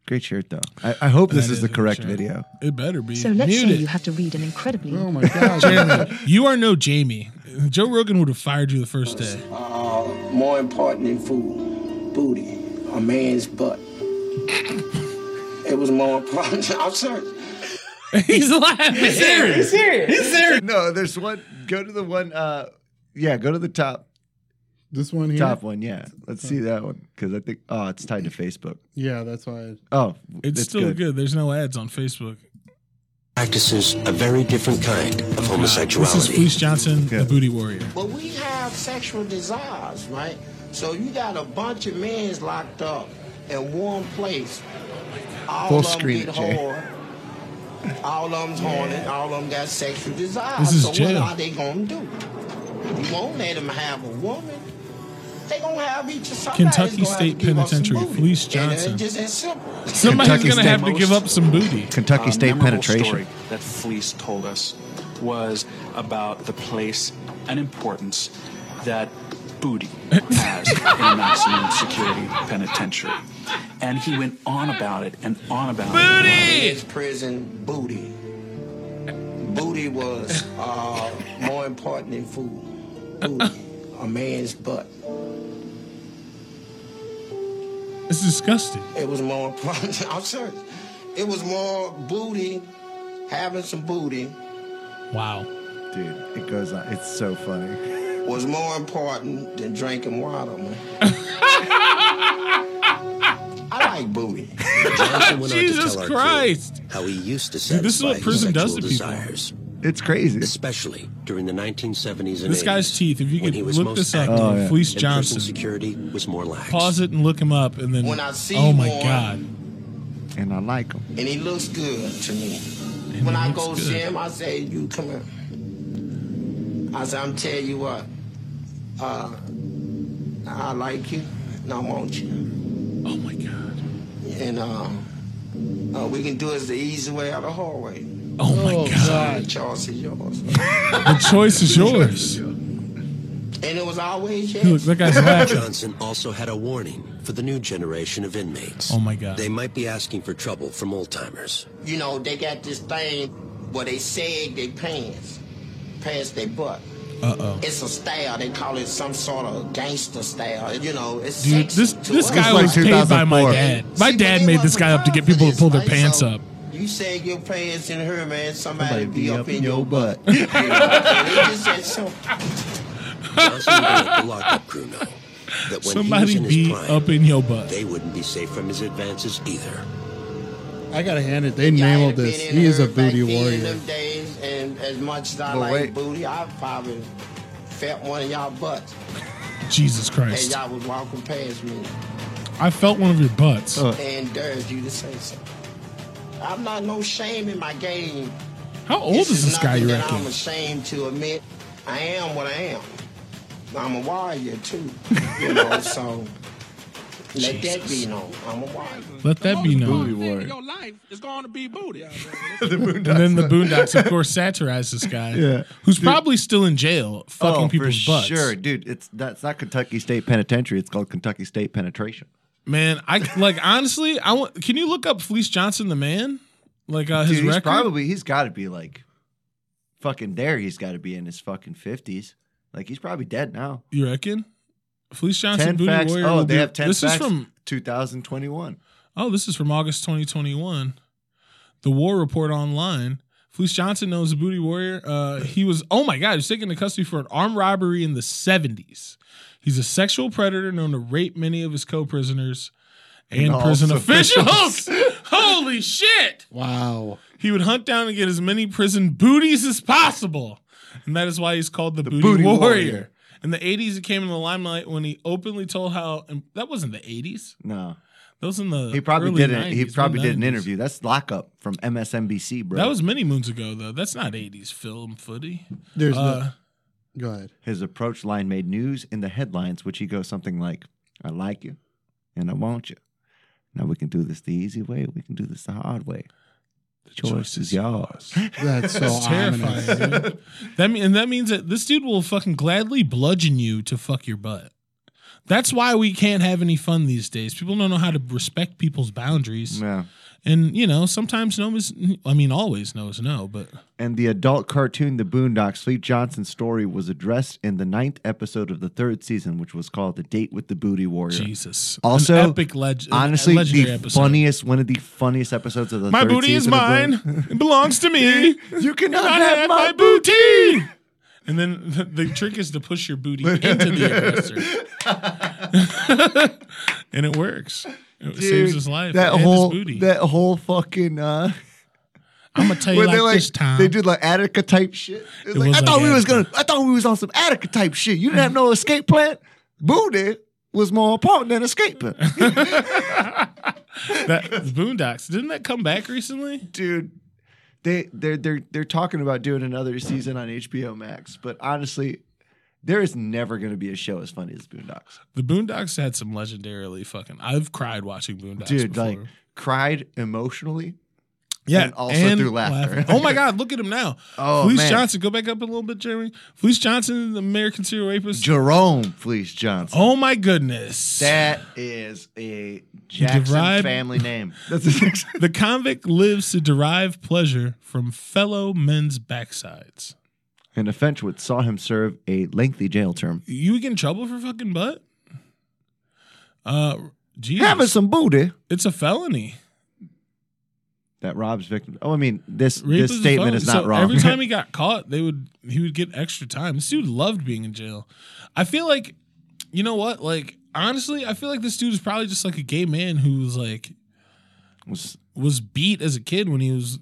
Speaker 3: great shirt though. I, I hope this
Speaker 2: That
Speaker 3: is the
Speaker 2: a
Speaker 3: correct
Speaker 2: shirt.
Speaker 3: video.
Speaker 2: It better be.
Speaker 6: So let's
Speaker 2: Mute
Speaker 6: say
Speaker 2: it.
Speaker 6: you have to read an incredibly
Speaker 4: Oh my god.
Speaker 2: Jeremy, you are no Jamie. Joe Rogan would have fired you the first day.
Speaker 5: Uh, more important than food, booty, a man's butt. it was more important. I'm serious.
Speaker 2: He's laughing. serious.
Speaker 3: No, there's one. Go to the one. uh Yeah, go to the top
Speaker 4: this one here.
Speaker 3: top one. Yeah, let's see that one because I think oh, it's tied to Facebook.
Speaker 4: Yeah, that's why. I-
Speaker 3: Oh,
Speaker 2: It's, still good. There's no ads on Facebook.
Speaker 7: practices a very different kind of
Speaker 2: This is
Speaker 7: homosexuality.
Speaker 2: Fleece Johnson, the Booty Warrior.
Speaker 5: But we have sexual desires, right? So you got a bunch of men's locked up in one place. All
Speaker 3: Full
Speaker 5: of 'em
Speaker 3: screen
Speaker 5: get
Speaker 3: it, Jay.
Speaker 5: whore. All of them's horny. All of them got sexual desires.
Speaker 2: This is
Speaker 5: so
Speaker 2: jail.
Speaker 5: what are they gonna do? You won't let them have a woman. They gonna have each of somebody's
Speaker 2: Kentucky
Speaker 5: gonna have to
Speaker 2: State
Speaker 5: give up some
Speaker 2: Penitentiary,
Speaker 5: booty.
Speaker 2: Fleece
Speaker 5: And it
Speaker 2: Johnson.
Speaker 5: just that simple.
Speaker 2: Somebody's
Speaker 3: Kentucky
Speaker 2: gonna
Speaker 3: State
Speaker 2: have to
Speaker 8: most-
Speaker 2: give up some booty.
Speaker 3: Kentucky
Speaker 8: uh,
Speaker 3: State
Speaker 8: memorable
Speaker 3: penetration.
Speaker 8: story that Fleece told us was about the place and importance that booty has in a maximum security penitentiary. And he went on about it and on about it.
Speaker 2: Booty!
Speaker 5: It's prison booty. Booty was uh, more important than food. Booty, a man's butt.
Speaker 2: It's disgusting.
Speaker 5: It was more important. I'm serious. It was more booty, having some booty
Speaker 2: Wow.
Speaker 3: Dude, it goes on. It's so funny.
Speaker 5: was more important than drinking water, man. I like booty.
Speaker 7: Johnson went on to
Speaker 2: Jesus
Speaker 7: tell our
Speaker 2: Christ.
Speaker 7: crew how he used to satisfy
Speaker 2: Dude, this is what
Speaker 7: his
Speaker 2: prison does
Speaker 7: sexual
Speaker 2: to people.
Speaker 7: desires,
Speaker 3: It's crazy.
Speaker 7: especially during the 1970s and
Speaker 2: This guy's
Speaker 7: 80s,
Speaker 2: teeth, if you
Speaker 7: when
Speaker 2: could
Speaker 7: he was
Speaker 2: look
Speaker 7: most
Speaker 2: this up,
Speaker 7: active
Speaker 3: Oh, yeah.
Speaker 2: Fleece
Speaker 7: and prison
Speaker 2: Johnson.
Speaker 7: security was more lax.
Speaker 2: Pause it and look him up, and then.
Speaker 5: When I see
Speaker 2: oh my
Speaker 5: one-
Speaker 2: God.
Speaker 3: and I like them.
Speaker 5: And he looks good to me.
Speaker 2: And
Speaker 5: when
Speaker 2: he
Speaker 5: I
Speaker 2: looks
Speaker 5: go
Speaker 2: good.
Speaker 5: see him, I say, you come here. I say, I'm tell you what, uh, I like you and I want you.
Speaker 2: Oh my God.
Speaker 5: And um, uh, we can do it the easy way or the hard way.
Speaker 2: Oh my
Speaker 4: Oh,
Speaker 2: God.
Speaker 5: The choice is yours.
Speaker 2: The choice is yours.
Speaker 5: and it was always
Speaker 2: Look,
Speaker 5: yes.
Speaker 2: that guy's laughing.
Speaker 7: Johnson also had a warning for the new generation of inmates.
Speaker 2: Oh my God.
Speaker 7: They might be asking for trouble from old timers.
Speaker 5: You know, they got this thing where they sag their pants, past their butt.
Speaker 2: Uh oh.
Speaker 5: It's a style. They call it some sort of gangster style. You know, it's
Speaker 2: Dude,
Speaker 5: sexy
Speaker 2: this
Speaker 5: to
Speaker 2: this
Speaker 5: us.
Speaker 2: guy
Speaker 3: like
Speaker 2: was paid by my
Speaker 3: 2004.
Speaker 2: dad. My
Speaker 5: See,
Speaker 2: dad made
Speaker 5: they wasn't
Speaker 2: this guy up to get
Speaker 5: trying
Speaker 2: people
Speaker 5: for
Speaker 2: to pull their
Speaker 5: this, right?
Speaker 2: pants
Speaker 5: So,
Speaker 2: up.
Speaker 5: You sag your pants in her, man. Somebody, be up, in your.
Speaker 3: butt.
Speaker 5: and it just said so.
Speaker 7: Johnson would let the lockup crew know that when
Speaker 2: Somebody
Speaker 7: he was in
Speaker 2: be
Speaker 7: his prime,
Speaker 2: up in your butt.
Speaker 7: they wouldn't be safe from his advances either.
Speaker 4: I gotta hand it. They
Speaker 5: Y'all
Speaker 4: nailed
Speaker 5: been
Speaker 4: this.
Speaker 5: in
Speaker 4: He is a
Speaker 5: her back
Speaker 4: booty
Speaker 5: then in
Speaker 4: warrior.
Speaker 5: them days, and as much as I
Speaker 3: But
Speaker 5: like
Speaker 3: wait.
Speaker 5: booty, I probably felt one of y'all butts
Speaker 2: Jesus
Speaker 5: as
Speaker 2: Christ.
Speaker 5: y'all was walking past me
Speaker 2: I felt one of your butts.
Speaker 3: Oh.
Speaker 5: and dared you to say something. I'm not no shame in my game.
Speaker 2: How old is this guy,
Speaker 5: nothing
Speaker 2: you
Speaker 5: that I'm
Speaker 2: reckon?
Speaker 5: ashamed to admit. I am what I am. I'm a warrior too, you know. so let that be known. I'm a warrior.
Speaker 2: Let that be known.
Speaker 3: warrior.
Speaker 6: life is going to be booty.
Speaker 2: And then the Boondocks, of course, satirized this guy,
Speaker 3: Yeah.
Speaker 2: who's probably still in jail, fucking
Speaker 3: oh,
Speaker 2: people's
Speaker 3: for
Speaker 2: butts.
Speaker 3: sure, dude. It's that's not Kentucky State Penitentiary. It's called Kentucky State Penetration.
Speaker 2: Man, I like honestly. I want. Can you look up Fleece Johnson, the man? Like uh, his
Speaker 3: Dude, he's
Speaker 2: record.
Speaker 3: probably he's got to be like fucking there. He's got to be in his fucking fifties. Like he's probably dead now.
Speaker 2: you reckon? Fleece Johnson,
Speaker 3: Ten
Speaker 2: Booty
Speaker 3: facts.
Speaker 2: Warrior.
Speaker 3: Oh,
Speaker 2: will
Speaker 3: they
Speaker 2: be-
Speaker 3: have ten
Speaker 2: This
Speaker 3: facts.
Speaker 2: is from
Speaker 3: 2021.
Speaker 2: Oh, this is from August 2021. The War Report Online. Fleece Johnson knows the booty warrior. Uh, he was, oh my God, he was taken into custody for an armed robbery in the 70s. He's a sexual predator known to rape many of his co prisoners and
Speaker 3: all
Speaker 2: prison
Speaker 3: officials.
Speaker 2: officials. Holy shit!
Speaker 4: Wow.
Speaker 2: He would hunt down and get as many prison booties as possible. And that is why he's called the, booty,
Speaker 3: Booty
Speaker 2: warrior.
Speaker 3: Warrior.
Speaker 2: In the 80s, it came in the limelight when he openly told how, and that wasn't the 80s.
Speaker 3: No,
Speaker 2: Those in the
Speaker 3: he probably
Speaker 2: early
Speaker 3: did an
Speaker 2: 90s,
Speaker 3: he probably did an
Speaker 2: 90s.
Speaker 3: interview. That's lockup from MSNBC, bro.
Speaker 2: That was many moons ago, though. That's not '80s film footy.
Speaker 4: There's
Speaker 2: Uh,
Speaker 4: no. Go ahead.
Speaker 3: his approach line made news in the headlines, which he goes something like, "I like you, and I want you. Now we can do this the easy way. We can do this the hard way. The choice is yours."
Speaker 4: That's so ominous.
Speaker 2: Terrifying. dude. that mean, and that means that this dude will fucking gladly bludgeon you to fuck your butt. That's why we can't have any fun these days. People don't know how to respect people's boundaries,
Speaker 3: Yeah.
Speaker 2: and you know sometimes no is. I mean, always no is no, but
Speaker 3: and the adult cartoon The Boondocks, Sleep Johnson's story was addressed in the ninth episode of the third season, which was called The Date with the Booty Warrior.
Speaker 2: Jesus.
Speaker 3: Also,
Speaker 2: An epic legend.
Speaker 3: Honestly,
Speaker 2: legendary
Speaker 3: the
Speaker 2: episode.
Speaker 3: funniest, one of the funniest episodes of the
Speaker 2: My
Speaker 3: third
Speaker 2: booty is
Speaker 3: season of the-
Speaker 2: mine. it belongs to me.
Speaker 3: You cannot
Speaker 2: I
Speaker 3: have,
Speaker 2: have
Speaker 3: my
Speaker 2: my booty. And then the, the trick is to push your booty into the aggressor. and it works. It saves his life.
Speaker 3: That
Speaker 2: and
Speaker 3: whole,
Speaker 2: his booty.
Speaker 3: that whole fucking. Uh,
Speaker 2: I'm gonna tell you
Speaker 3: where
Speaker 2: like,
Speaker 3: they like
Speaker 2: this time.
Speaker 3: they did like Attica type shit. It was
Speaker 2: It
Speaker 3: like,
Speaker 2: was
Speaker 3: I
Speaker 2: like
Speaker 3: thought we was
Speaker 2: Attica.
Speaker 3: gonna. I thought we was on some Attica type shit. You didn't have no escape plan. Booty was more important than escape plan.
Speaker 2: that Boondocks. Didn't that come back recently?
Speaker 3: dude. They they're they're they're talking about doing another season on HBO Max, but honestly, there is never going to be a show as funny as Boondocks,
Speaker 2: The Boondocks had some legendarily fucking. I've cried watching Boondocks.
Speaker 3: dude.
Speaker 2: before.
Speaker 3: Like cried emotionally.
Speaker 2: Yeah,
Speaker 3: and also through laughter.
Speaker 2: Oh my God, look at him now.
Speaker 3: Oh,
Speaker 2: Felice
Speaker 3: man.
Speaker 2: Johnson, go back up a little bit, Jeremy. Felice Johnson, the American serial rapist.
Speaker 3: Jerome Fleece Johnson.
Speaker 2: oh my goodness.
Speaker 3: That is a Jackson
Speaker 2: Derived-
Speaker 3: family name. That's a
Speaker 2: The convict lives to derive pleasure from fellow men's backsides.
Speaker 3: An offense which saw him serve a lengthy jail term.
Speaker 2: You get in trouble for fucking butt? Uh, Jesus.
Speaker 3: Having some booty
Speaker 2: it's a felony.
Speaker 3: that robs victims. Oh, I mean, this
Speaker 2: Rape
Speaker 3: this
Speaker 2: a
Speaker 3: statement
Speaker 2: felony.
Speaker 3: is not
Speaker 2: So
Speaker 3: wrong.
Speaker 2: Every time he got caught, they would he would get extra time. This dude loved being in jail. I feel like, you know what? Like honestly, I feel like this dude is probably just like a gay man who was like
Speaker 3: Was-
Speaker 2: was beat as a kid when he was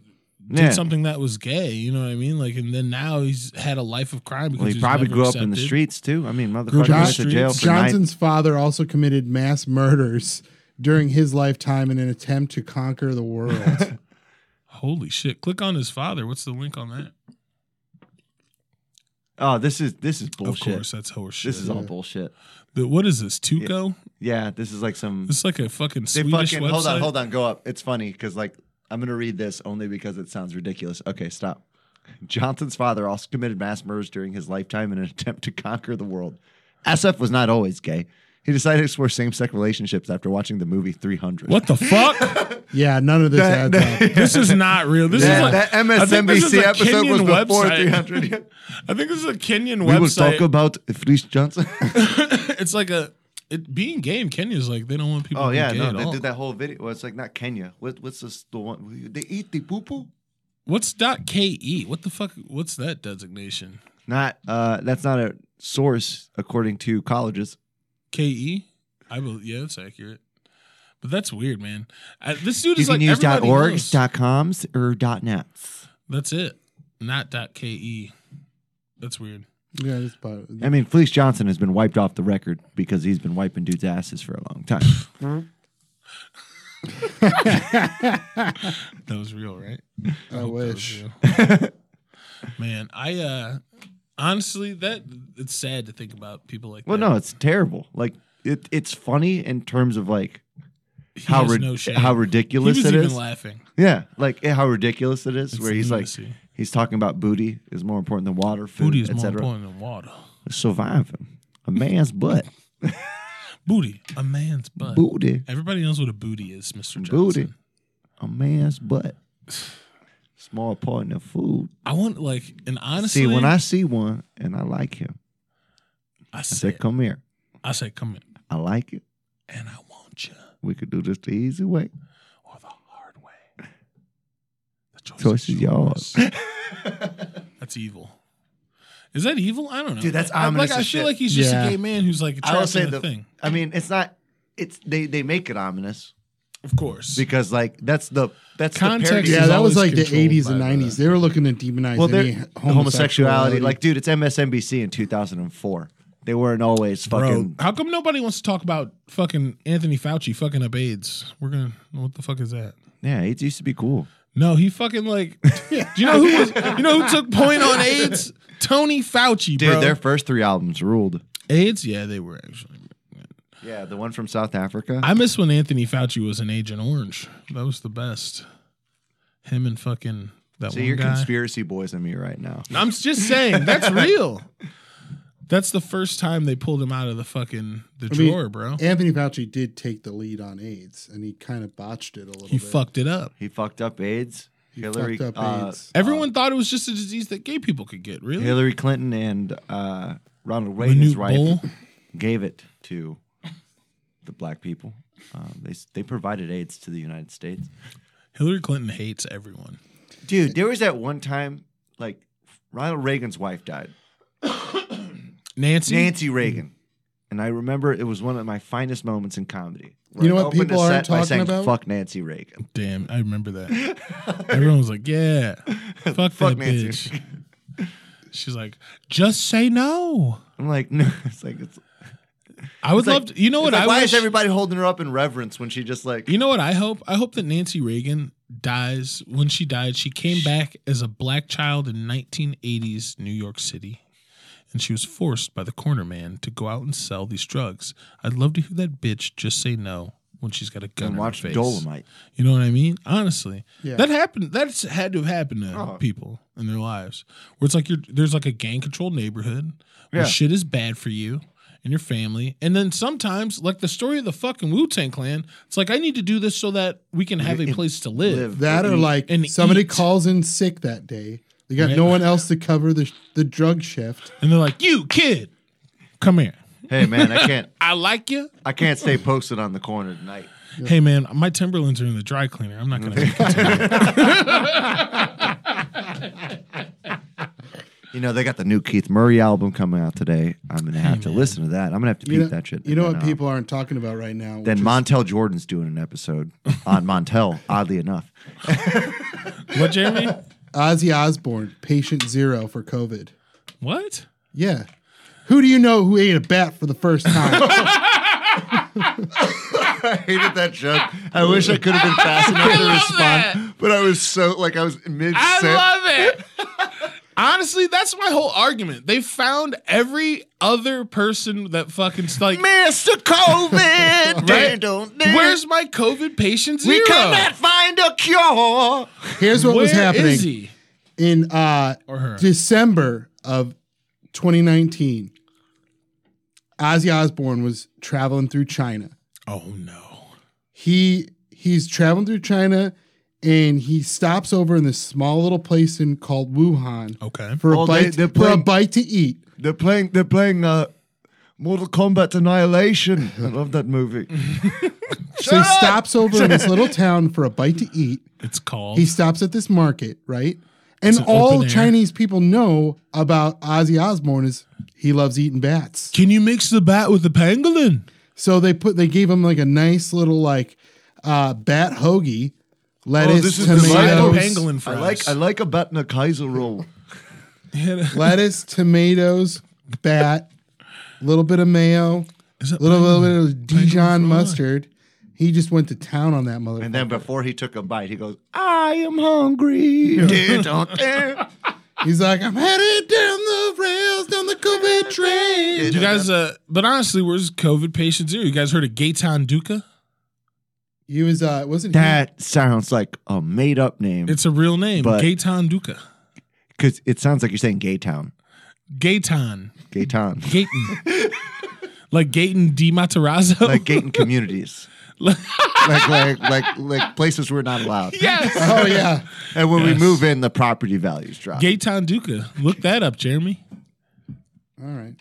Speaker 2: did
Speaker 3: Yeah.
Speaker 2: something that was gay. You know what I mean? Like, and then now he's had a life of crime. Because
Speaker 3: well, he
Speaker 2: was
Speaker 3: probably
Speaker 2: never
Speaker 3: grew up in the
Speaker 2: accepted.
Speaker 3: streets too. I mean,
Speaker 2: Grew up
Speaker 3: motherfucker
Speaker 2: in the
Speaker 3: went to jail
Speaker 2: streets.
Speaker 3: for nine.
Speaker 4: Johnson's father also committed mass murders during his lifetime in an attempt to conquer the world.
Speaker 2: Holy shit! Click on his father. What's the link on that?
Speaker 3: Oh, this is this is bullshit.
Speaker 2: Of course, that's horseshit.
Speaker 3: this is all bullshit.
Speaker 2: The- what is this? Tuco?
Speaker 3: Yeah, this is like some.
Speaker 2: It's like a fucking
Speaker 3: They
Speaker 2: Swedish
Speaker 3: fucking
Speaker 2: website.
Speaker 3: hold on, hold on, go up. It's funny because like I'm gonna read this only because it sounds ridiculous. Okay, stop. Johnson's father also committed mass murders during his lifetime in an attempt to conquer the world. SF was not always gay. He decided to explore same-sex relationships after watching the movie 300.
Speaker 2: What the fuck?
Speaker 4: yeah, none of this
Speaker 3: That-
Speaker 4: adds up.
Speaker 2: This is not real. This
Speaker 3: Yeah,
Speaker 2: is like,
Speaker 3: that
Speaker 2: I think this is
Speaker 3: MSNBC
Speaker 2: a
Speaker 3: episode was
Speaker 2: Kenyan
Speaker 3: before
Speaker 2: website.
Speaker 3: 300.
Speaker 2: I think this is a Kenyan
Speaker 3: we will
Speaker 2: website.
Speaker 3: talk about Felice Johnson.
Speaker 2: it's like a it being gay in Kenya is like they don't want people.
Speaker 3: oh
Speaker 2: to be
Speaker 3: yeah,
Speaker 2: gay
Speaker 3: no,
Speaker 2: at
Speaker 3: they
Speaker 2: all.
Speaker 3: did that whole video. Well, it's like not Kenya. What, what's this? The one they eat the poo poo?
Speaker 2: What's dot ke? What the fuck? What's that designation?
Speaker 3: Not uh, that's not a source according to colleges.
Speaker 2: Ke? E? I believe. Yeah, that's accurate. But that's weird, man. I, this dude
Speaker 3: You
Speaker 2: is
Speaker 3: can
Speaker 2: like
Speaker 3: use
Speaker 2: everybody
Speaker 3: .org,
Speaker 2: knows.
Speaker 3: .coms, or .nets.
Speaker 2: That's it. Not dot ke. That's weird.
Speaker 4: Yeah, it's about
Speaker 3: I mean, Felice Johnson has been wiped off the record because he's been wiping dudes' asses for a long time.
Speaker 2: That was real, right?
Speaker 4: I wish.
Speaker 2: Man, I uh honestly that it's sad to think about people like
Speaker 3: well,
Speaker 2: that.
Speaker 3: no, it's terrible. Like it, it's funny in terms of like
Speaker 2: He
Speaker 3: how
Speaker 2: has
Speaker 3: rid-
Speaker 2: no shame.
Speaker 3: how
Speaker 2: he
Speaker 3: ridiculous
Speaker 2: was
Speaker 3: it
Speaker 2: even
Speaker 3: is.
Speaker 2: laughing.
Speaker 3: Yeah, like eh, how ridiculous it is. where he's like,
Speaker 2: lunacy.
Speaker 3: he's talking about booty is more important than water, food,
Speaker 2: Booty is more
Speaker 3: etc.
Speaker 2: important than water.
Speaker 3: Surviving a man's butt,
Speaker 2: Booty, a man's butt.
Speaker 3: booty,
Speaker 2: Everybody knows what a booty is, Mr. Johnson.
Speaker 3: booty, a man's butt. Small part in the food.
Speaker 2: I want like and honestly,
Speaker 3: see, when I see one and I like him,
Speaker 2: I
Speaker 3: I
Speaker 2: said,
Speaker 3: say, "Come here,
Speaker 2: I said, come in,
Speaker 3: I like it.
Speaker 2: and I want you
Speaker 3: We could do this the easy way.
Speaker 2: or the hard way. The choice,
Speaker 3: Choice is yours."
Speaker 2: That's evil. Is that evil? I don't know,
Speaker 3: Dude, that's
Speaker 2: I,
Speaker 3: ominous
Speaker 2: like I
Speaker 3: as
Speaker 2: feel
Speaker 3: shit.
Speaker 2: like he's just
Speaker 4: Yeah.
Speaker 2: a gay man who's like
Speaker 3: I will
Speaker 2: attracted
Speaker 3: say
Speaker 2: to
Speaker 3: the
Speaker 2: the thing.
Speaker 3: I mean, it's not. It's they they make it ominous
Speaker 2: Of course,
Speaker 3: because like that's the that's the
Speaker 2: Context
Speaker 3: parody.
Speaker 2: is
Speaker 4: Yeah, that
Speaker 2: always
Speaker 4: was like the
Speaker 2: controlled
Speaker 4: 80s and
Speaker 2: by the-
Speaker 4: 90s. They were looking to demonize
Speaker 3: well,
Speaker 4: any
Speaker 3: they're
Speaker 4: homosexuality.
Speaker 3: homosexuality. Like, dude, it's MSNBC in 2004. They weren't always
Speaker 2: bro.
Speaker 3: fucking.
Speaker 2: How come nobody wants to talk about fucking Anthony Fauci fucking up AIDS? We're gonna. What the fuck is that?
Speaker 3: Yeah, it used to be cool.
Speaker 2: No, he fucking like. do you know who was? You know who took point on AIDS? Tony Fauci,
Speaker 3: Dude,
Speaker 2: bro.
Speaker 3: their first three albums ruled.
Speaker 2: AIDS? Yeah, they were actually.
Speaker 3: Yeah, the one from South Africa.
Speaker 2: I miss when Anthony Fauci was an Agent Orange. That was the best. Him and fucking that
Speaker 3: so
Speaker 2: one
Speaker 3: you're
Speaker 2: guy.
Speaker 3: conspiracy boys on me right now.
Speaker 2: I'm just saying that's real. That's the first time they pulled him out of the fucking the
Speaker 4: I mean,
Speaker 2: drawer, bro.
Speaker 4: Anthony Fauci did take the lead on AIDS, and he kind of botched it a little
Speaker 2: He
Speaker 4: bit.
Speaker 2: fucked it up.
Speaker 3: He fucked up AIDS.
Speaker 4: He
Speaker 3: Hillary,
Speaker 4: fucked up
Speaker 3: uh,
Speaker 4: AIDS.
Speaker 2: Everyone thought it was just a disease that gay people could get. Really,
Speaker 3: Hillary Clinton and uh, Ronald Reagan's
Speaker 2: Manute
Speaker 3: wife
Speaker 2: Bull.
Speaker 3: gave it to the black people. Um, they s- they provided AIDS to the United States.
Speaker 2: Hillary Clinton hates everyone.
Speaker 3: Dude, there was that one time like Ronald Reagan's wife died.
Speaker 2: Nancy,
Speaker 3: Nancy Reagan. And I remember it was one of my finest moments in comedy.
Speaker 4: You know
Speaker 3: I
Speaker 4: what
Speaker 3: opened
Speaker 4: people
Speaker 3: a
Speaker 4: aren't
Speaker 3: set by
Speaker 4: talking
Speaker 3: saying,
Speaker 4: about?
Speaker 3: Fuck Nancy Reagan.
Speaker 2: Damn, I remember that. Everyone was like, "Yeah,
Speaker 3: Fuck
Speaker 2: fuck, that
Speaker 3: Nancy.
Speaker 2: bitch." She's like, "Just say no."
Speaker 3: I'm like, no, it's like it's,
Speaker 2: I would
Speaker 3: it's like-
Speaker 2: love to. You know
Speaker 3: it's
Speaker 2: what?
Speaker 3: like,
Speaker 2: I
Speaker 3: why
Speaker 2: wish,
Speaker 3: is everybody holding her up in reverence when she just like
Speaker 2: You know what? I hope. I hope that Nancy Reagan dies. When she died, she came back as a black child in 1980s New York City, and she was forced by the corner man to go out and sell these drugs. I'd love to hear that bitch just say no when she's got a gun
Speaker 3: and
Speaker 2: in
Speaker 3: watch
Speaker 2: her face.
Speaker 3: Dolomite.
Speaker 2: You know what I mean? Honestly,
Speaker 4: Yeah.
Speaker 2: that happened. That's had to have happened to people in their lives, where it's like you're there's like a gang controlled neighborhood where
Speaker 3: Yeah.
Speaker 2: shit is bad for you and your family, and then sometimes like the story of the fucking Wu Tang Clan. It's like I need to do this so that we can have a place to live.
Speaker 3: Live.
Speaker 4: That or like
Speaker 2: and
Speaker 4: somebody
Speaker 2: eat.
Speaker 4: calls in sick that day. They got no
Speaker 2: Right.
Speaker 4: one else to cover the the drug shift.
Speaker 2: And they're like, "You kid, come here.
Speaker 3: Hey man, I can't
Speaker 2: I like you."
Speaker 3: I can't stay posted on the corner tonight.
Speaker 2: Hey man, my Timberlands are in the dry cleaner. I'm not gonna. make it tonight."
Speaker 3: You know, they got the new Keith Murray album coming out today. I'm gonna have to listen to that. I'm gonna have to beat
Speaker 4: You know,
Speaker 3: that shit.
Speaker 4: you know
Speaker 3: And
Speaker 4: what
Speaker 3: then, uh,
Speaker 4: people aren't talking about right now?
Speaker 3: Then
Speaker 4: which is-
Speaker 3: Montel Jordan's doing an episode on Montel. Oddly enough,
Speaker 2: what, Jeremy?
Speaker 4: Ozzy Osbourne, patient zero for COVID.
Speaker 2: What?
Speaker 4: Yeah. Who do you know who ate a bat for the first time?
Speaker 3: I hated that joke. I wish I could have been fast enough to
Speaker 2: love
Speaker 3: respond,
Speaker 2: that.
Speaker 3: but I was so like I was mid.
Speaker 2: I love it. Honestly, that's my whole argument. They found every other person that fucking st- like.
Speaker 3: Mr. COVID,
Speaker 2: Right?
Speaker 3: don't
Speaker 2: Where's my COVID patient zero?
Speaker 3: find a cure.
Speaker 4: Here's what
Speaker 2: Where
Speaker 4: was happening
Speaker 2: is he?
Speaker 4: in uh,
Speaker 2: Or her?
Speaker 4: December of 2019. Ozzy Osbourne was traveling through China.
Speaker 2: oh no!
Speaker 4: he he's traveling through China and he stops over in this small little place in called Wuhan
Speaker 2: Okay.
Speaker 4: for a
Speaker 3: Oh, they-
Speaker 4: bite
Speaker 3: they're
Speaker 4: for a
Speaker 3: playing-
Speaker 4: bite to eat.
Speaker 3: They're playing. They're playing. Uh, Mortal Kombat Annihilation. I love that movie.
Speaker 4: So he stops over in this little town for a bite to eat.
Speaker 2: It's called.
Speaker 4: He stops at this market, right? And
Speaker 2: It's an
Speaker 4: all
Speaker 2: open air.
Speaker 4: Chinese people know about Ozzy Osbourne is he loves eating bats.
Speaker 2: Can you mix the bat with the pangolin?
Speaker 4: So they put they gave him like a nice little like uh, bat hoagie,
Speaker 2: Oh,
Speaker 4: lettuce,
Speaker 2: delightful.
Speaker 4: tomatoes,
Speaker 2: Pangolin
Speaker 3: I
Speaker 2: fries.
Speaker 3: like. I like a bat and a Kaiser roll.
Speaker 4: lettuce, tomatoes, bat, little bit of mayo.
Speaker 2: Is it
Speaker 4: little, little bit of
Speaker 2: Pineapple
Speaker 4: Dijon
Speaker 2: fry.
Speaker 4: mustard. He just went to town on that motherfucker.
Speaker 3: And then before he took a bite, he goes, "I am hungry." Dun, dun, dun.
Speaker 4: He's like, I'm headed down the rails, down the COVID train.
Speaker 2: You guys, uh, but honestly, where's COVID patient zero? You guys heard of Gaetan Duca?
Speaker 4: He was, uh, wasn't he?
Speaker 3: that sounds like a made-up name
Speaker 2: It's a real name,
Speaker 3: But-
Speaker 2: Gaetan Duca.
Speaker 3: because it sounds like you're saying Gay Town.
Speaker 2: Gaetan.
Speaker 3: Gay Town.
Speaker 2: Gaten. like Gaten de Matarazzo.
Speaker 3: like gating communities. like like like like places we're not allowed.
Speaker 2: yes.
Speaker 4: Oh, yeah.
Speaker 3: And when we move in, the property values drop.
Speaker 2: Gaetan Duca. Look that up, Jeremy.
Speaker 4: All right.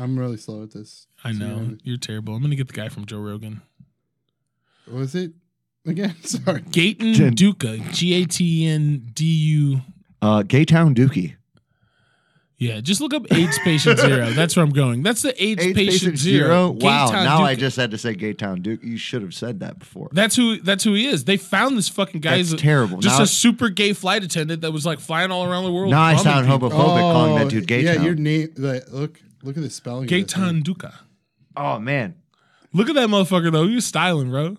Speaker 4: I'm really slow at this.
Speaker 2: I know. You're terrible. I'm going to get the guy from Joe Rogan.
Speaker 4: What was it? Again, sorry.
Speaker 2: Gaten
Speaker 3: Gen-
Speaker 2: Duca. G A T E N D U.
Speaker 3: Uh, Gay Town Dookie.
Speaker 2: Yeah, just look up AIDS patient zero. That's where I'm going. That's the AIDS,
Speaker 3: Eighth
Speaker 2: patient, zero.
Speaker 3: Wow.
Speaker 2: Gaetan
Speaker 3: now I
Speaker 2: Duca.
Speaker 3: just had to say Gay Town Duke. You should have said that before.
Speaker 2: That's who. That's who he is. They found this fucking guy.
Speaker 3: That's
Speaker 2: as a-
Speaker 3: terrible.
Speaker 2: Just
Speaker 3: Now-
Speaker 2: a super gay flight attendant that was like flying all around the world.
Speaker 3: now I
Speaker 2: bombing
Speaker 3: sound
Speaker 2: people.
Speaker 3: homophobic calling
Speaker 2: Oh,
Speaker 3: that dude Gay
Speaker 4: Oh, yeah,
Speaker 3: Town.
Speaker 4: your name. Like, look, look at the spelling. of this
Speaker 2: Gaetan Duca.
Speaker 3: oh man.
Speaker 2: Look at that motherfucker though. He was styling, bro.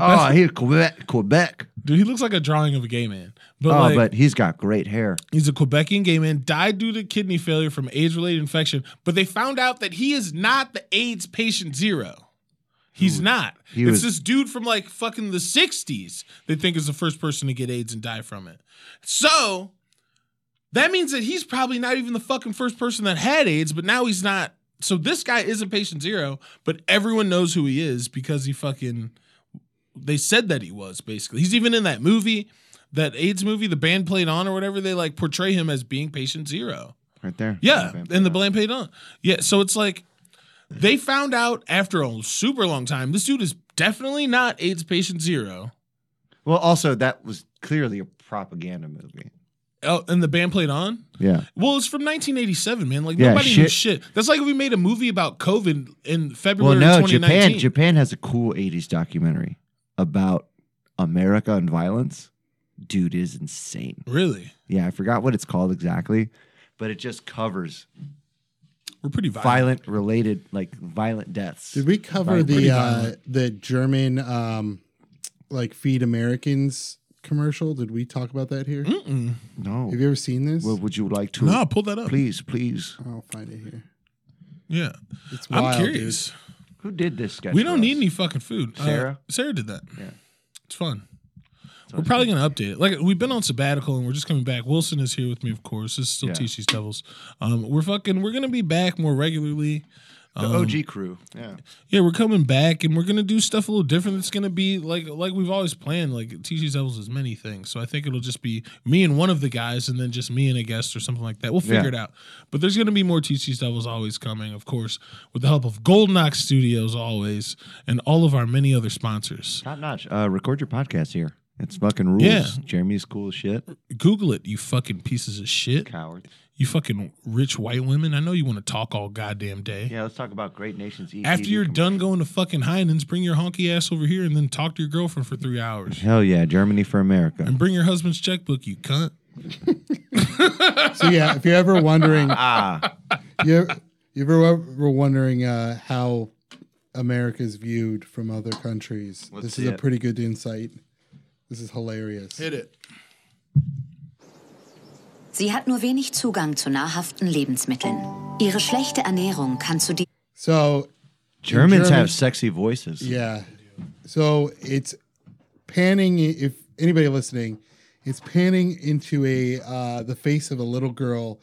Speaker 3: Oh, he's Quebec. Quebec.
Speaker 2: Dude, he looks like a drawing of a gay man. But
Speaker 3: Oh,
Speaker 2: like,
Speaker 3: but he's got great hair.
Speaker 2: He's a Quebecian gay man, died due to kidney failure from AIDS related infection, but they found out that he is not the AIDS patient zero. He's not.
Speaker 3: he
Speaker 2: it's
Speaker 3: was-
Speaker 2: this dude from like fucking the 60s they think is the first person to get AIDS and die from it. So that means that he's probably not even the fucking first person that had AIDS, but now he's not. So this guy isn't patient zero, but everyone knows who he is because he fucking they said that he was basically. He's even in that movie, that AIDS movie, the band played on or whatever. They like portray him as being patient zero.
Speaker 3: Right there.
Speaker 2: Yeah, and the band played on. Yeah, so it's like they found out after a super long time this dude is definitely not AIDS patient zero.
Speaker 3: Well, also that was clearly a propaganda movie.
Speaker 2: Oh, and the band played on.
Speaker 3: Yeah.
Speaker 2: Well, it's from 1987, man. Like
Speaker 3: Yeah,
Speaker 2: nobody knew
Speaker 3: shit.
Speaker 2: shit. That's like if we made a movie about COVID in
Speaker 3: Well,
Speaker 2: February
Speaker 3: no,
Speaker 2: 2019.
Speaker 3: Japan. Japan has a cool '80s documentary about America and violence. Dude is insane.
Speaker 2: Really,
Speaker 3: Yeah, I forgot what it's called exactly, but it just covers
Speaker 2: we're pretty violent.
Speaker 3: violent related, like violent deaths.
Speaker 4: Did we cover
Speaker 3: Violent.
Speaker 4: the
Speaker 3: Pretty
Speaker 4: uh,
Speaker 2: violent.
Speaker 4: the German um, like feed Americans commercial? Did we talk about that here?
Speaker 3: No.
Speaker 4: Have you ever seen this?
Speaker 3: Mm. Well, would you like to?
Speaker 2: No, pull that up.
Speaker 3: Please, please.
Speaker 4: I'll find it here.
Speaker 2: Yeah,
Speaker 4: It's
Speaker 2: I'm
Speaker 4: wild, dude.
Speaker 2: curious.
Speaker 3: Who did this sketch?
Speaker 2: We
Speaker 3: for
Speaker 2: don't
Speaker 3: us?
Speaker 2: need any fucking food. Uh,
Speaker 3: Sarah?
Speaker 2: Sarah did that.
Speaker 3: Yeah.
Speaker 2: It's fun. we're probably going to update it. Like, we've been on sabbatical and we're just coming back. Wilson is here with me, of course. This is still
Speaker 3: Yeah.
Speaker 2: TC's Devils. Um, we're fucking, we're going to be back more regularly.
Speaker 3: the OG crew. Yeah.
Speaker 2: Yeah, we're coming back and we're gonna do stuff a little different. It's gonna be like like we've always planned. Like TG's Devils is many things, so I think it'll just be me and one of the guys, and then just me and a guest or something like that. We'll figure
Speaker 3: Yeah.
Speaker 2: it out. But there's gonna be more TG's Devils always coming, of course, with the help of Golden Ox Studios always, and all of our many other sponsors.
Speaker 3: Top notch. Uh, record your podcast here. It's fucking rules.
Speaker 2: Yeah.
Speaker 3: Jeremy's cool as shit.
Speaker 2: Google it, you fucking pieces of shit,
Speaker 3: Coward.
Speaker 2: you fucking rich white women. I know you want to talk all goddamn day.
Speaker 3: Yeah, let's talk about Great Nations. ETV
Speaker 2: After you're
Speaker 3: com-
Speaker 2: done going to fucking Heinens, bring your honky ass over here and then talk to your girlfriend for three hours.
Speaker 3: Hell yeah, Germany for America.
Speaker 2: and bring your husband's checkbook, you cunt.
Speaker 4: So yeah, if you're ever wondering,
Speaker 3: Ah,
Speaker 4: you you ever ever wondering uh, how America's viewed from other countries,
Speaker 3: Let's
Speaker 4: this
Speaker 3: see
Speaker 4: is a
Speaker 3: it.
Speaker 4: pretty good insight. This is hilarious.
Speaker 2: it.
Speaker 9: Sie hat nur wenig Zugang zu nahrhaften Lebensmitteln. Ihre schlechte Ernährung kann zu die
Speaker 4: So
Speaker 3: Germans
Speaker 4: German-
Speaker 3: have sexy voices.
Speaker 4: Yeah. So it's panning. If anybody listening, it's panning into a uh, the face of a little girl,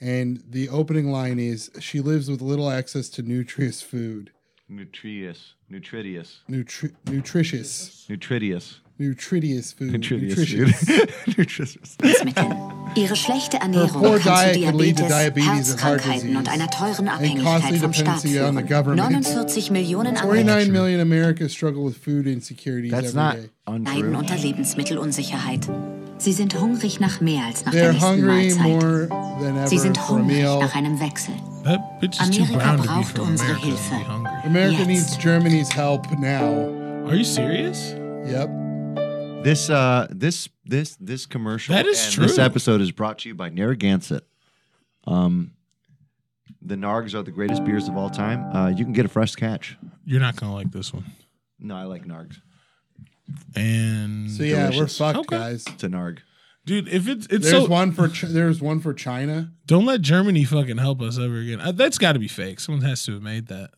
Speaker 4: and the opening line is: "She lives with little access to nutritious food,
Speaker 3: Nutritious, nutritious,
Speaker 4: Nutri- nutritious,
Speaker 3: nutritious,
Speaker 4: nutritious food,
Speaker 3: nutritious.
Speaker 9: Lebensmitteln. Ihre schlechte
Speaker 4: poor
Speaker 9: Ernährung kann zu
Speaker 4: diet can lead to
Speaker 9: Diabetes,
Speaker 4: diabetes and heart
Speaker 9: Herzkrankheiten und
Speaker 4: disease
Speaker 9: einer teuren
Speaker 4: and
Speaker 9: Abhängigkeit
Speaker 4: costly
Speaker 9: vom Staat
Speaker 4: dependency on the
Speaker 9: führen.
Speaker 4: government.
Speaker 9: 49 Millionen Amerikaner
Speaker 4: Forty-nine million Americans struggle with food insecurities every
Speaker 3: That's
Speaker 4: day.
Speaker 3: not
Speaker 9: leiden
Speaker 3: untrue.
Speaker 9: unter Lebensmittelunsicherheit. Sie sind hungrig nach mehr als nach
Speaker 4: They're
Speaker 9: der nächsten
Speaker 4: hungry
Speaker 9: Mahlzeit.
Speaker 4: more than
Speaker 9: Sie
Speaker 4: ever
Speaker 9: sind
Speaker 4: for a
Speaker 9: hungrig
Speaker 4: meal.
Speaker 9: nach einem Wechsel.
Speaker 2: That bitch is too
Speaker 9: Amerika
Speaker 2: brown to be
Speaker 9: braucht
Speaker 2: from
Speaker 9: unsere
Speaker 2: America.
Speaker 9: Hilfe.
Speaker 2: Be hungry.
Speaker 4: America
Speaker 9: Yes.
Speaker 4: needs Germany's help now.
Speaker 2: Are you serious?
Speaker 4: Yep.
Speaker 3: This, uh, this, this, this commercial.
Speaker 2: That is
Speaker 3: and
Speaker 2: true.
Speaker 3: This episode is brought to you by Narragansett. Um, the Nargs are the greatest beers of all time. Uh, you can get a fresh catch.
Speaker 2: You're not gonna like this one.
Speaker 3: No, I like Nargs.
Speaker 2: And
Speaker 4: So yeah,
Speaker 3: Delicious.
Speaker 4: we're fucked,
Speaker 2: Okay.
Speaker 4: guys.
Speaker 3: It's a Narg.
Speaker 2: dude, if it's it's
Speaker 4: There's
Speaker 2: so
Speaker 4: one for Ch- there's one for China.
Speaker 2: don't let Germany fucking help us ever again. Uh, that's got to be fake. Someone has to have made that.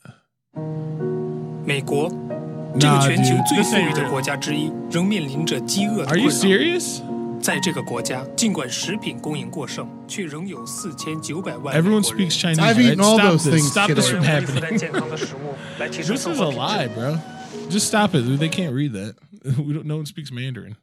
Speaker 10: 美国，这个
Speaker 2: Nah,
Speaker 10: 全球
Speaker 2: dude,
Speaker 10: 最
Speaker 2: this
Speaker 10: 富裕
Speaker 2: ain't
Speaker 10: 的国
Speaker 2: real.
Speaker 10: 家之一，仍面临着饥饿的
Speaker 2: Are
Speaker 10: 困
Speaker 2: you
Speaker 10: 扰。
Speaker 2: serious?
Speaker 10: 在这个国家，尽管食品供应过剩，却仍有四千九百万
Speaker 2: Everyone
Speaker 10: 美国人
Speaker 2: speaks Chinese.
Speaker 4: I've
Speaker 2: right?
Speaker 4: eaten all
Speaker 2: Stop
Speaker 4: those
Speaker 2: this.
Speaker 4: things,
Speaker 2: Stop this
Speaker 4: kiddo.
Speaker 2: from
Speaker 10: 为负
Speaker 2: happening.
Speaker 10: 担健康的食物来提升
Speaker 2: This
Speaker 10: 生
Speaker 2: is
Speaker 10: 活
Speaker 2: a
Speaker 10: 品质
Speaker 2: lie, bro. Just stop it. dude. They can't read that. We don't. No one speaks Mandarin.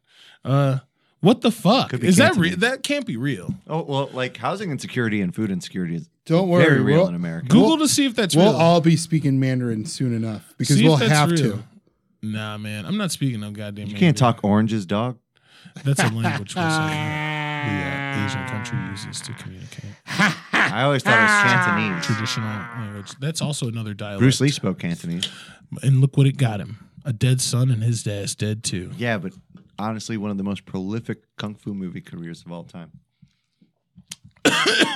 Speaker 2: Uh, what the fuck
Speaker 3: Could be
Speaker 2: is that? Re-
Speaker 3: Cantonese.
Speaker 2: that can't be real.
Speaker 3: Oh well, like housing insecurity and food insecurity is
Speaker 4: Don't worry,
Speaker 3: very real
Speaker 4: we'll-
Speaker 3: in America.
Speaker 2: Google to see if that's
Speaker 4: We'll
Speaker 2: real.
Speaker 4: all be speaking Mandarin soon enough because
Speaker 2: See if
Speaker 4: we'll
Speaker 2: that's
Speaker 4: have
Speaker 2: real.
Speaker 4: to.
Speaker 2: Nah, man, I'm not speaking no goddamn.
Speaker 3: You can't talk oranges, dog.
Speaker 2: That's a language we're saying the uh, Asian country uses to communicate.
Speaker 3: I always thought it was Cantonese.
Speaker 2: Traditional language. That's also another dialect.
Speaker 3: Bruce Lee spoke Cantonese.
Speaker 2: And look what it got him: a dead son and his dad's dead too.
Speaker 3: Yeah, but honestly, one of the most prolific kung fu movie careers of all time.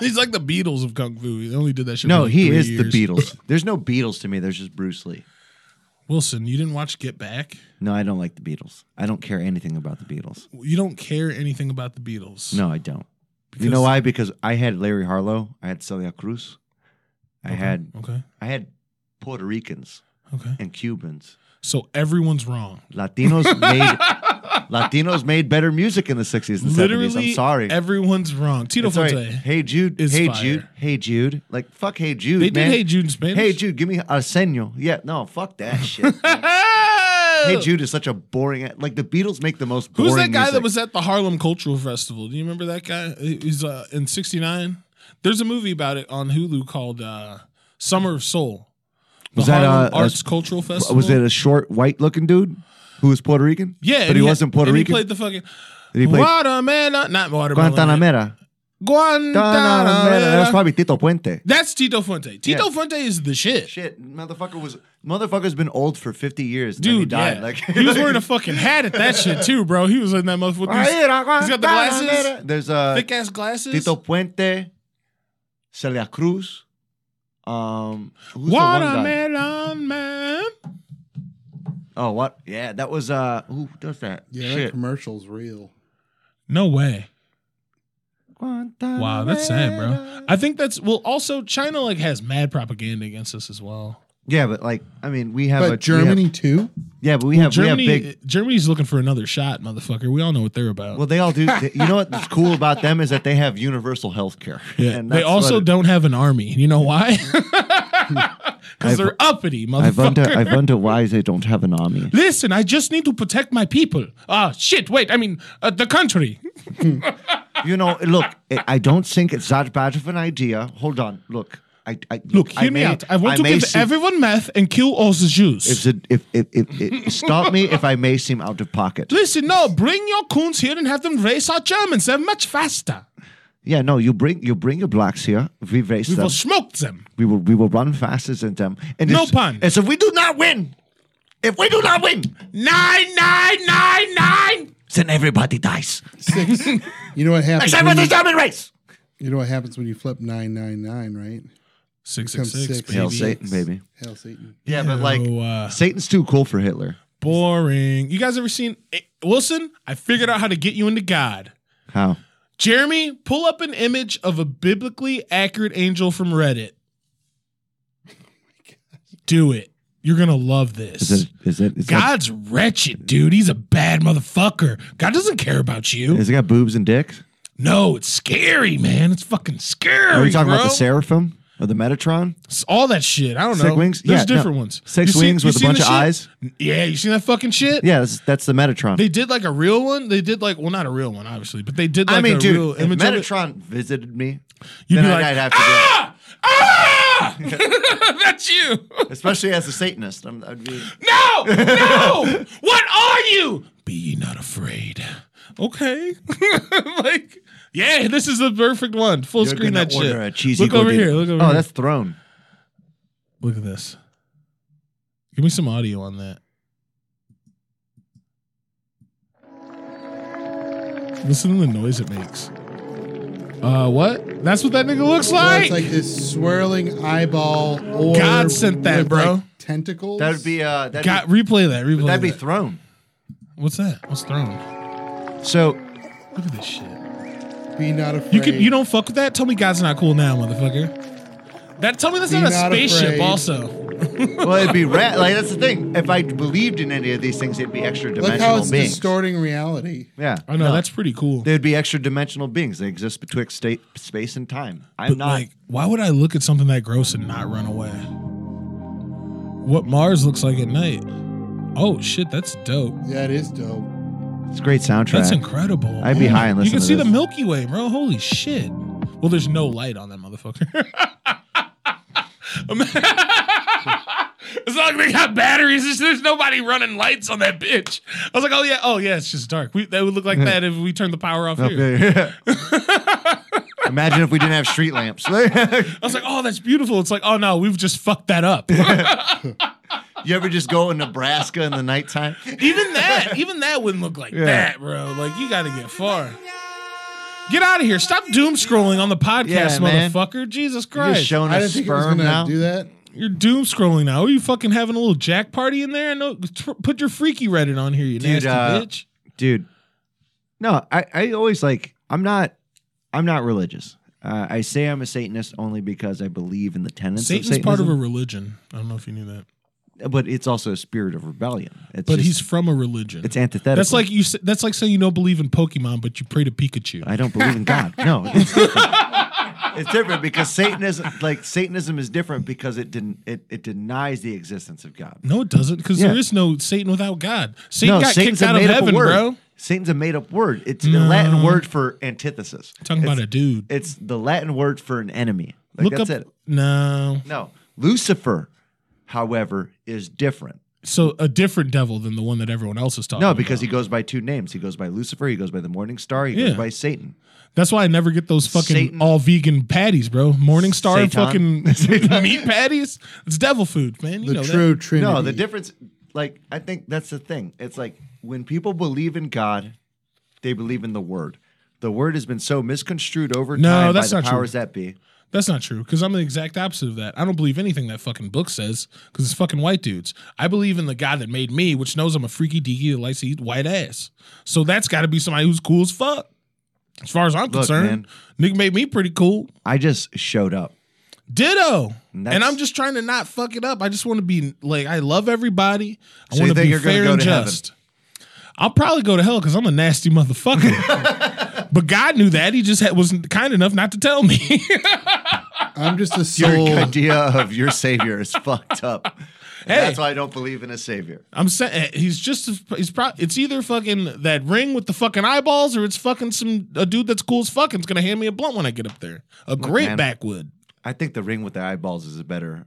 Speaker 2: He's like the Beatles of kung fu. He only did that shit. for
Speaker 3: No,
Speaker 2: like
Speaker 3: he
Speaker 2: three
Speaker 3: is
Speaker 2: years.
Speaker 3: the Beatles. There's no Beatles to me. There's just Bruce Lee.
Speaker 2: Wilson, you didn't watch Get Back.
Speaker 3: No, I don't like the Beatles. I don't care anything about the Beatles.
Speaker 2: You don't care anything about the Beatles.
Speaker 3: No, I don't. you know why? Because I had Larry Harlow. I had Celia Cruz. I had
Speaker 2: Okay.
Speaker 3: I had Puerto Ricans
Speaker 2: Okay.
Speaker 3: and Cubans.
Speaker 2: So everyone's wrong.
Speaker 3: Latinos made Latinos made better music in the 60s and 70s.
Speaker 2: Literally,
Speaker 3: I'm sorry.
Speaker 2: Everyone's wrong. Tito
Speaker 3: It's all right.
Speaker 2: Fonte.
Speaker 3: Hey Jude.
Speaker 2: is
Speaker 3: Hey
Speaker 2: fire.
Speaker 3: Jude. Hey Jude. Like fuck. Hey Jude.
Speaker 2: They did
Speaker 3: man.
Speaker 2: Hey Jude in Spanish?
Speaker 3: Hey Jude. Give me Arsenio. Yeah. No. Fuck that shit. hey Jude is such a boring. Like the Beatles make the most. Boring
Speaker 2: Who's that guy that
Speaker 3: music.
Speaker 2: was at the Harlem Cultural Festival? Do you remember that guy? He- He's uh, in '69. There's a movie about it on Hulu called uh, Summer of Soul. The
Speaker 3: Was that,
Speaker 2: Harlem
Speaker 3: uh,
Speaker 2: Arts
Speaker 3: a-
Speaker 2: Cultural Festival?
Speaker 3: Was it a short white looking dude who was Puerto Rican?
Speaker 2: yeah,
Speaker 3: but
Speaker 2: and
Speaker 3: he
Speaker 2: had-
Speaker 3: wasn't Puerto
Speaker 2: and
Speaker 3: Rican.
Speaker 2: He played the fucking
Speaker 3: Did he play
Speaker 2: Guatemala, not Guatemala.
Speaker 3: Guantanamera? Guantanamera.
Speaker 2: Guantanamera.
Speaker 3: That's probably Tito Puente.
Speaker 2: That's Tito Fuente. Tito
Speaker 3: Yeah.
Speaker 2: Fuente is the shit.
Speaker 3: Shit, motherfucker was motherfucker's been old for fifty years. and then he
Speaker 2: Dude,
Speaker 3: died.
Speaker 2: yeah.
Speaker 3: Like
Speaker 2: he was wearing a fucking hat at that shit too, bro. He was in that motherfucker.
Speaker 3: Right here, I-
Speaker 2: He's got the glasses,
Speaker 3: There's a
Speaker 2: thick ass glasses.
Speaker 3: Tito Puente, Celia Cruz. Um, who's the one guy?
Speaker 2: Watermelon man.
Speaker 3: Oh, what? Yeah, that was uh, who does that?
Speaker 4: Yeah, that
Speaker 3: Shit.
Speaker 4: commercial's real.
Speaker 2: No way.
Speaker 3: Guantanamera.
Speaker 2: Wow, that's sad, bro. I think that's well. Also, China like has mad propaganda against us as well.
Speaker 3: Yeah, but like I mean, we have
Speaker 4: But
Speaker 3: a we
Speaker 4: Germany
Speaker 3: have-
Speaker 4: too?
Speaker 3: Yeah, but we
Speaker 2: Well,
Speaker 3: have
Speaker 2: Germany.
Speaker 3: we have big.
Speaker 2: Germany's looking for another shot, motherfucker. We all know what they're about.
Speaker 3: Well, they all do. they- you know what's cool about them is that they have universal health care.
Speaker 2: yeah. They also don't have an army. You know why? Because they're uppity,
Speaker 3: I wonder.
Speaker 2: motherfucker.
Speaker 3: I wonder why they don't have an army.
Speaker 2: Listen, I just need to protect my people. Ah, shit. Wait, I mean uh, the country.
Speaker 3: You know, look, I I don't think it's that bad of an idea. Hold on, look, I, I
Speaker 2: Look,
Speaker 3: I
Speaker 2: hear me
Speaker 3: may-
Speaker 2: out. I want to
Speaker 3: may
Speaker 2: give
Speaker 3: seem-
Speaker 2: everyone meth and kill all the Jews.
Speaker 3: If, the- if, if, if, if- stop me if I may seem out of pocket.
Speaker 2: Listen, no, bring your coons here and have them race our Germans. They're much faster.
Speaker 3: Yeah, no, you bring you bring your blacks here. We race
Speaker 2: We
Speaker 3: them.
Speaker 2: will smoke them.
Speaker 3: we will we will run faster than them. And
Speaker 2: No
Speaker 3: if,
Speaker 2: pun.
Speaker 3: And so if we do not win, if we do not win,
Speaker 2: Nine, nine, nine, nine.
Speaker 3: then everybody dies.
Speaker 4: Six. you know what happens?
Speaker 3: Except for
Speaker 4: When
Speaker 3: the
Speaker 4: you,
Speaker 3: German race.
Speaker 4: you know what happens when you flip nine nine nine, right?
Speaker 2: Six,
Speaker 4: Becomes
Speaker 2: six, six,
Speaker 4: six.
Speaker 3: Hail
Speaker 2: baby.
Speaker 3: Satan, baby.
Speaker 4: Hell, Satan.
Speaker 3: Yeah, but like
Speaker 2: Ew, uh,
Speaker 3: Satan's too cool for Hitler.
Speaker 2: Boring. You guys ever seen eh, Wilson? I figured out how to get you into God.
Speaker 3: How?
Speaker 2: Jeremy, pull up an image of a biblically accurate angel from Reddit. Do it. You're gonna love this.
Speaker 3: Is it is it is
Speaker 2: God's wretched, dude. He's a bad motherfucker. God doesn't care about
Speaker 3: it,
Speaker 2: you.
Speaker 3: has it got boobs and dicks?
Speaker 2: No, it's scary, man. It's fucking scary.
Speaker 3: Are we talking
Speaker 2: bro.
Speaker 3: about the Seraphim or the Metatron?
Speaker 2: It's all that shit. I don't
Speaker 3: Six
Speaker 2: know.
Speaker 3: wings?
Speaker 2: There's
Speaker 3: Yeah, no.
Speaker 2: different ones.
Speaker 3: Six
Speaker 2: You
Speaker 3: wings
Speaker 2: you
Speaker 3: with a bunch
Speaker 2: this
Speaker 3: of
Speaker 2: shit?
Speaker 3: eyes?
Speaker 2: Yeah, you seen that fucking shit?
Speaker 3: Yeah, that's, that's the Metatron.
Speaker 2: They did like a real one. They did like well, not a real one, obviously, but they did like
Speaker 3: I mean,
Speaker 2: a real
Speaker 3: dude, if
Speaker 2: image of it.
Speaker 3: Metatron visited me,
Speaker 2: You'd
Speaker 3: then
Speaker 2: be
Speaker 3: I'd,
Speaker 2: like,
Speaker 3: I'd have to do it.
Speaker 2: Ah! That's you.
Speaker 3: Especially as a Satanist. I'm, I'd be,
Speaker 2: No! No! what are you? Be ye not afraid. Okay. like, yeah, this is the perfect one. Full
Speaker 3: You're
Speaker 2: screen
Speaker 3: gonna
Speaker 2: that
Speaker 3: order
Speaker 2: shit.
Speaker 3: a cheesy
Speaker 2: look over
Speaker 3: gordita.
Speaker 2: here. Look over
Speaker 3: oh,
Speaker 2: here.
Speaker 3: that's Throne.
Speaker 2: Look at this. Give me some audio on that. Listen to the noise it makes. Uh, what? That's what that nigga looks
Speaker 4: Well,
Speaker 2: like.
Speaker 4: it's like this swirling eyeball. Orb
Speaker 2: God sent that,
Speaker 4: with,
Speaker 2: bro.
Speaker 4: Like tentacles.
Speaker 3: That would be uh, that'd,
Speaker 2: Got
Speaker 3: be,
Speaker 2: replay that. Replay
Speaker 3: that'd be
Speaker 2: that.
Speaker 3: Throne.
Speaker 2: What's that? What's thrown?
Speaker 3: So
Speaker 2: Look at this shit.
Speaker 4: Be not afraid.
Speaker 2: You can you don't fuck with that? Tell me God's not cool now, motherfucker. That tell me that's
Speaker 4: Be
Speaker 2: not a
Speaker 4: not
Speaker 2: spaceship
Speaker 4: afraid.
Speaker 2: also.
Speaker 3: Well, it'd be rat. Like that's the thing. If I believed in any of these things, it'd be extra
Speaker 4: Look how
Speaker 3: dimensional
Speaker 4: it's
Speaker 3: beings.
Speaker 4: distorting reality.
Speaker 3: Yeah,
Speaker 2: I know,
Speaker 3: No.
Speaker 2: that's pretty cool.
Speaker 3: They'd be extra dimensional beings. They exist betwixt state, space, and time. I'm
Speaker 2: but
Speaker 3: not.
Speaker 2: like, why would I look at something that gross and not run away? What Mars looks like at night. Oh shit, that's dope.
Speaker 4: That is dope.
Speaker 3: it's a great soundtrack.
Speaker 2: That's incredible.
Speaker 3: I'd be high and
Speaker 2: You
Speaker 3: listen
Speaker 2: can
Speaker 3: to
Speaker 2: see the
Speaker 3: this.
Speaker 2: Milky Way, bro. Holy shit. Well, there's no light on that motherfucker. it's not like they got batteries. It's- There's nobody running lights on that bitch. I was like, oh yeah, oh yeah, it's just dark. We, that would look like that if we turned the power off here.
Speaker 3: Okay. Imagine if we didn't have street lamps. you
Speaker 2: I was like, oh, that's beautiful. It's like, oh no, we've just fucked that up.
Speaker 3: ever just go in Nebraska in the nighttime?
Speaker 2: even that, even that wouldn't look like that, bro. Like you got to get far. Get out of here! Stop doom scrolling on the podcast,
Speaker 3: Yeah, man.
Speaker 2: motherfucker. Jesus
Speaker 3: You're
Speaker 2: Christ!
Speaker 3: just showing
Speaker 4: I
Speaker 3: us
Speaker 4: didn't think it was
Speaker 3: sperm
Speaker 4: gonna
Speaker 3: now.
Speaker 4: do that.
Speaker 2: You're doom scrolling now. Are you fucking having a little jack party in there? No, tr- put your freaky Reddit on here, you
Speaker 3: Dude,
Speaker 2: nasty
Speaker 3: uh,
Speaker 2: bitch.
Speaker 3: dude no i i always like i'm not i'm not religious uh, i say i'm a satanist only because i believe in the tenets
Speaker 2: Satan's
Speaker 3: of
Speaker 2: part of a
Speaker 3: satanism
Speaker 2: religion. I don't know if you knew that,
Speaker 3: but it's also a spirit of rebellion it's
Speaker 2: but
Speaker 3: just-
Speaker 2: he's from a religion.
Speaker 3: it's antithetical
Speaker 2: that's like you. s- That's like saying you don't believe in Pokemon, but you pray to Pikachu.
Speaker 3: i don't believe in god no it's different. it's different because satanism like satanism is different because it didn't it, it denies the existence of god
Speaker 2: no, it doesn't, because
Speaker 3: Yeah.
Speaker 2: there is no Satan without God. Satan got
Speaker 3: Satan's
Speaker 2: kicked
Speaker 3: a
Speaker 2: out of
Speaker 3: made-up
Speaker 2: heaven,
Speaker 3: word.
Speaker 2: bro.
Speaker 3: Satan's a made up word. It's the Latin word for antithesis.
Speaker 2: Talking
Speaker 3: it's,
Speaker 2: about a dude.
Speaker 3: It's the Latin word for an enemy. Like,
Speaker 2: Look
Speaker 3: that's
Speaker 2: up.
Speaker 3: it.
Speaker 2: No,
Speaker 3: No. Lucifer, however, is different.
Speaker 2: so a different devil than the one that everyone else is talking.
Speaker 3: No, because he
Speaker 2: about.
Speaker 3: goes by two names. He goes by Lucifer, he goes by the morning star, he
Speaker 2: Yeah.
Speaker 3: goes by Satan.
Speaker 2: That's why I never get those fucking
Speaker 3: Satan-
Speaker 2: all vegan patties, bro. Morningstar and
Speaker 3: Satan.
Speaker 2: fucking
Speaker 3: Satan.
Speaker 2: meat patties. It's devil food, man. You
Speaker 4: The
Speaker 2: know that.
Speaker 4: true trinity.
Speaker 3: No, the difference like I think that's the thing. It's like when people believe in God, they believe in the word. The word has been so misconstrued over
Speaker 2: No,
Speaker 3: time
Speaker 2: that's
Speaker 3: by the
Speaker 2: not true.
Speaker 3: powers that be.
Speaker 2: That's not true because I'm the exact opposite of that. I don't believe anything that fucking book says because it's fucking white dudes. I believe in the God that made me, which knows I'm a freaky deaky that likes to eat white ass. So that's got to be somebody who's cool as fuck. As far as I'm concerned, nigga made me pretty cool.
Speaker 3: I just showed up.
Speaker 2: Ditto.
Speaker 3: Nice.
Speaker 2: And I'm just trying to not fuck it up. I just want to be like I love everybody.
Speaker 3: So
Speaker 2: I
Speaker 3: you
Speaker 2: want to
Speaker 3: think
Speaker 2: be
Speaker 3: you're gonna
Speaker 2: fair
Speaker 3: go
Speaker 2: and
Speaker 3: to heaven?
Speaker 2: just. I'll probably go to hell because I'm a nasty motherfucker. but God knew that. He just had, was kind enough not to tell me.
Speaker 4: I'm just a
Speaker 3: Your
Speaker 4: soul.
Speaker 3: idea of your savior is fucked up. And
Speaker 2: Hey.
Speaker 3: That's why I don't believe in a savior.
Speaker 2: I'm saying he's just he's probably it's either fucking that ring with the fucking eyeballs or it's fucking some a dude that's cool as fucking is gonna hand me a blunt when I get up there. A great
Speaker 3: man.
Speaker 2: backwood.
Speaker 3: I think the ring with the eyeballs is a better.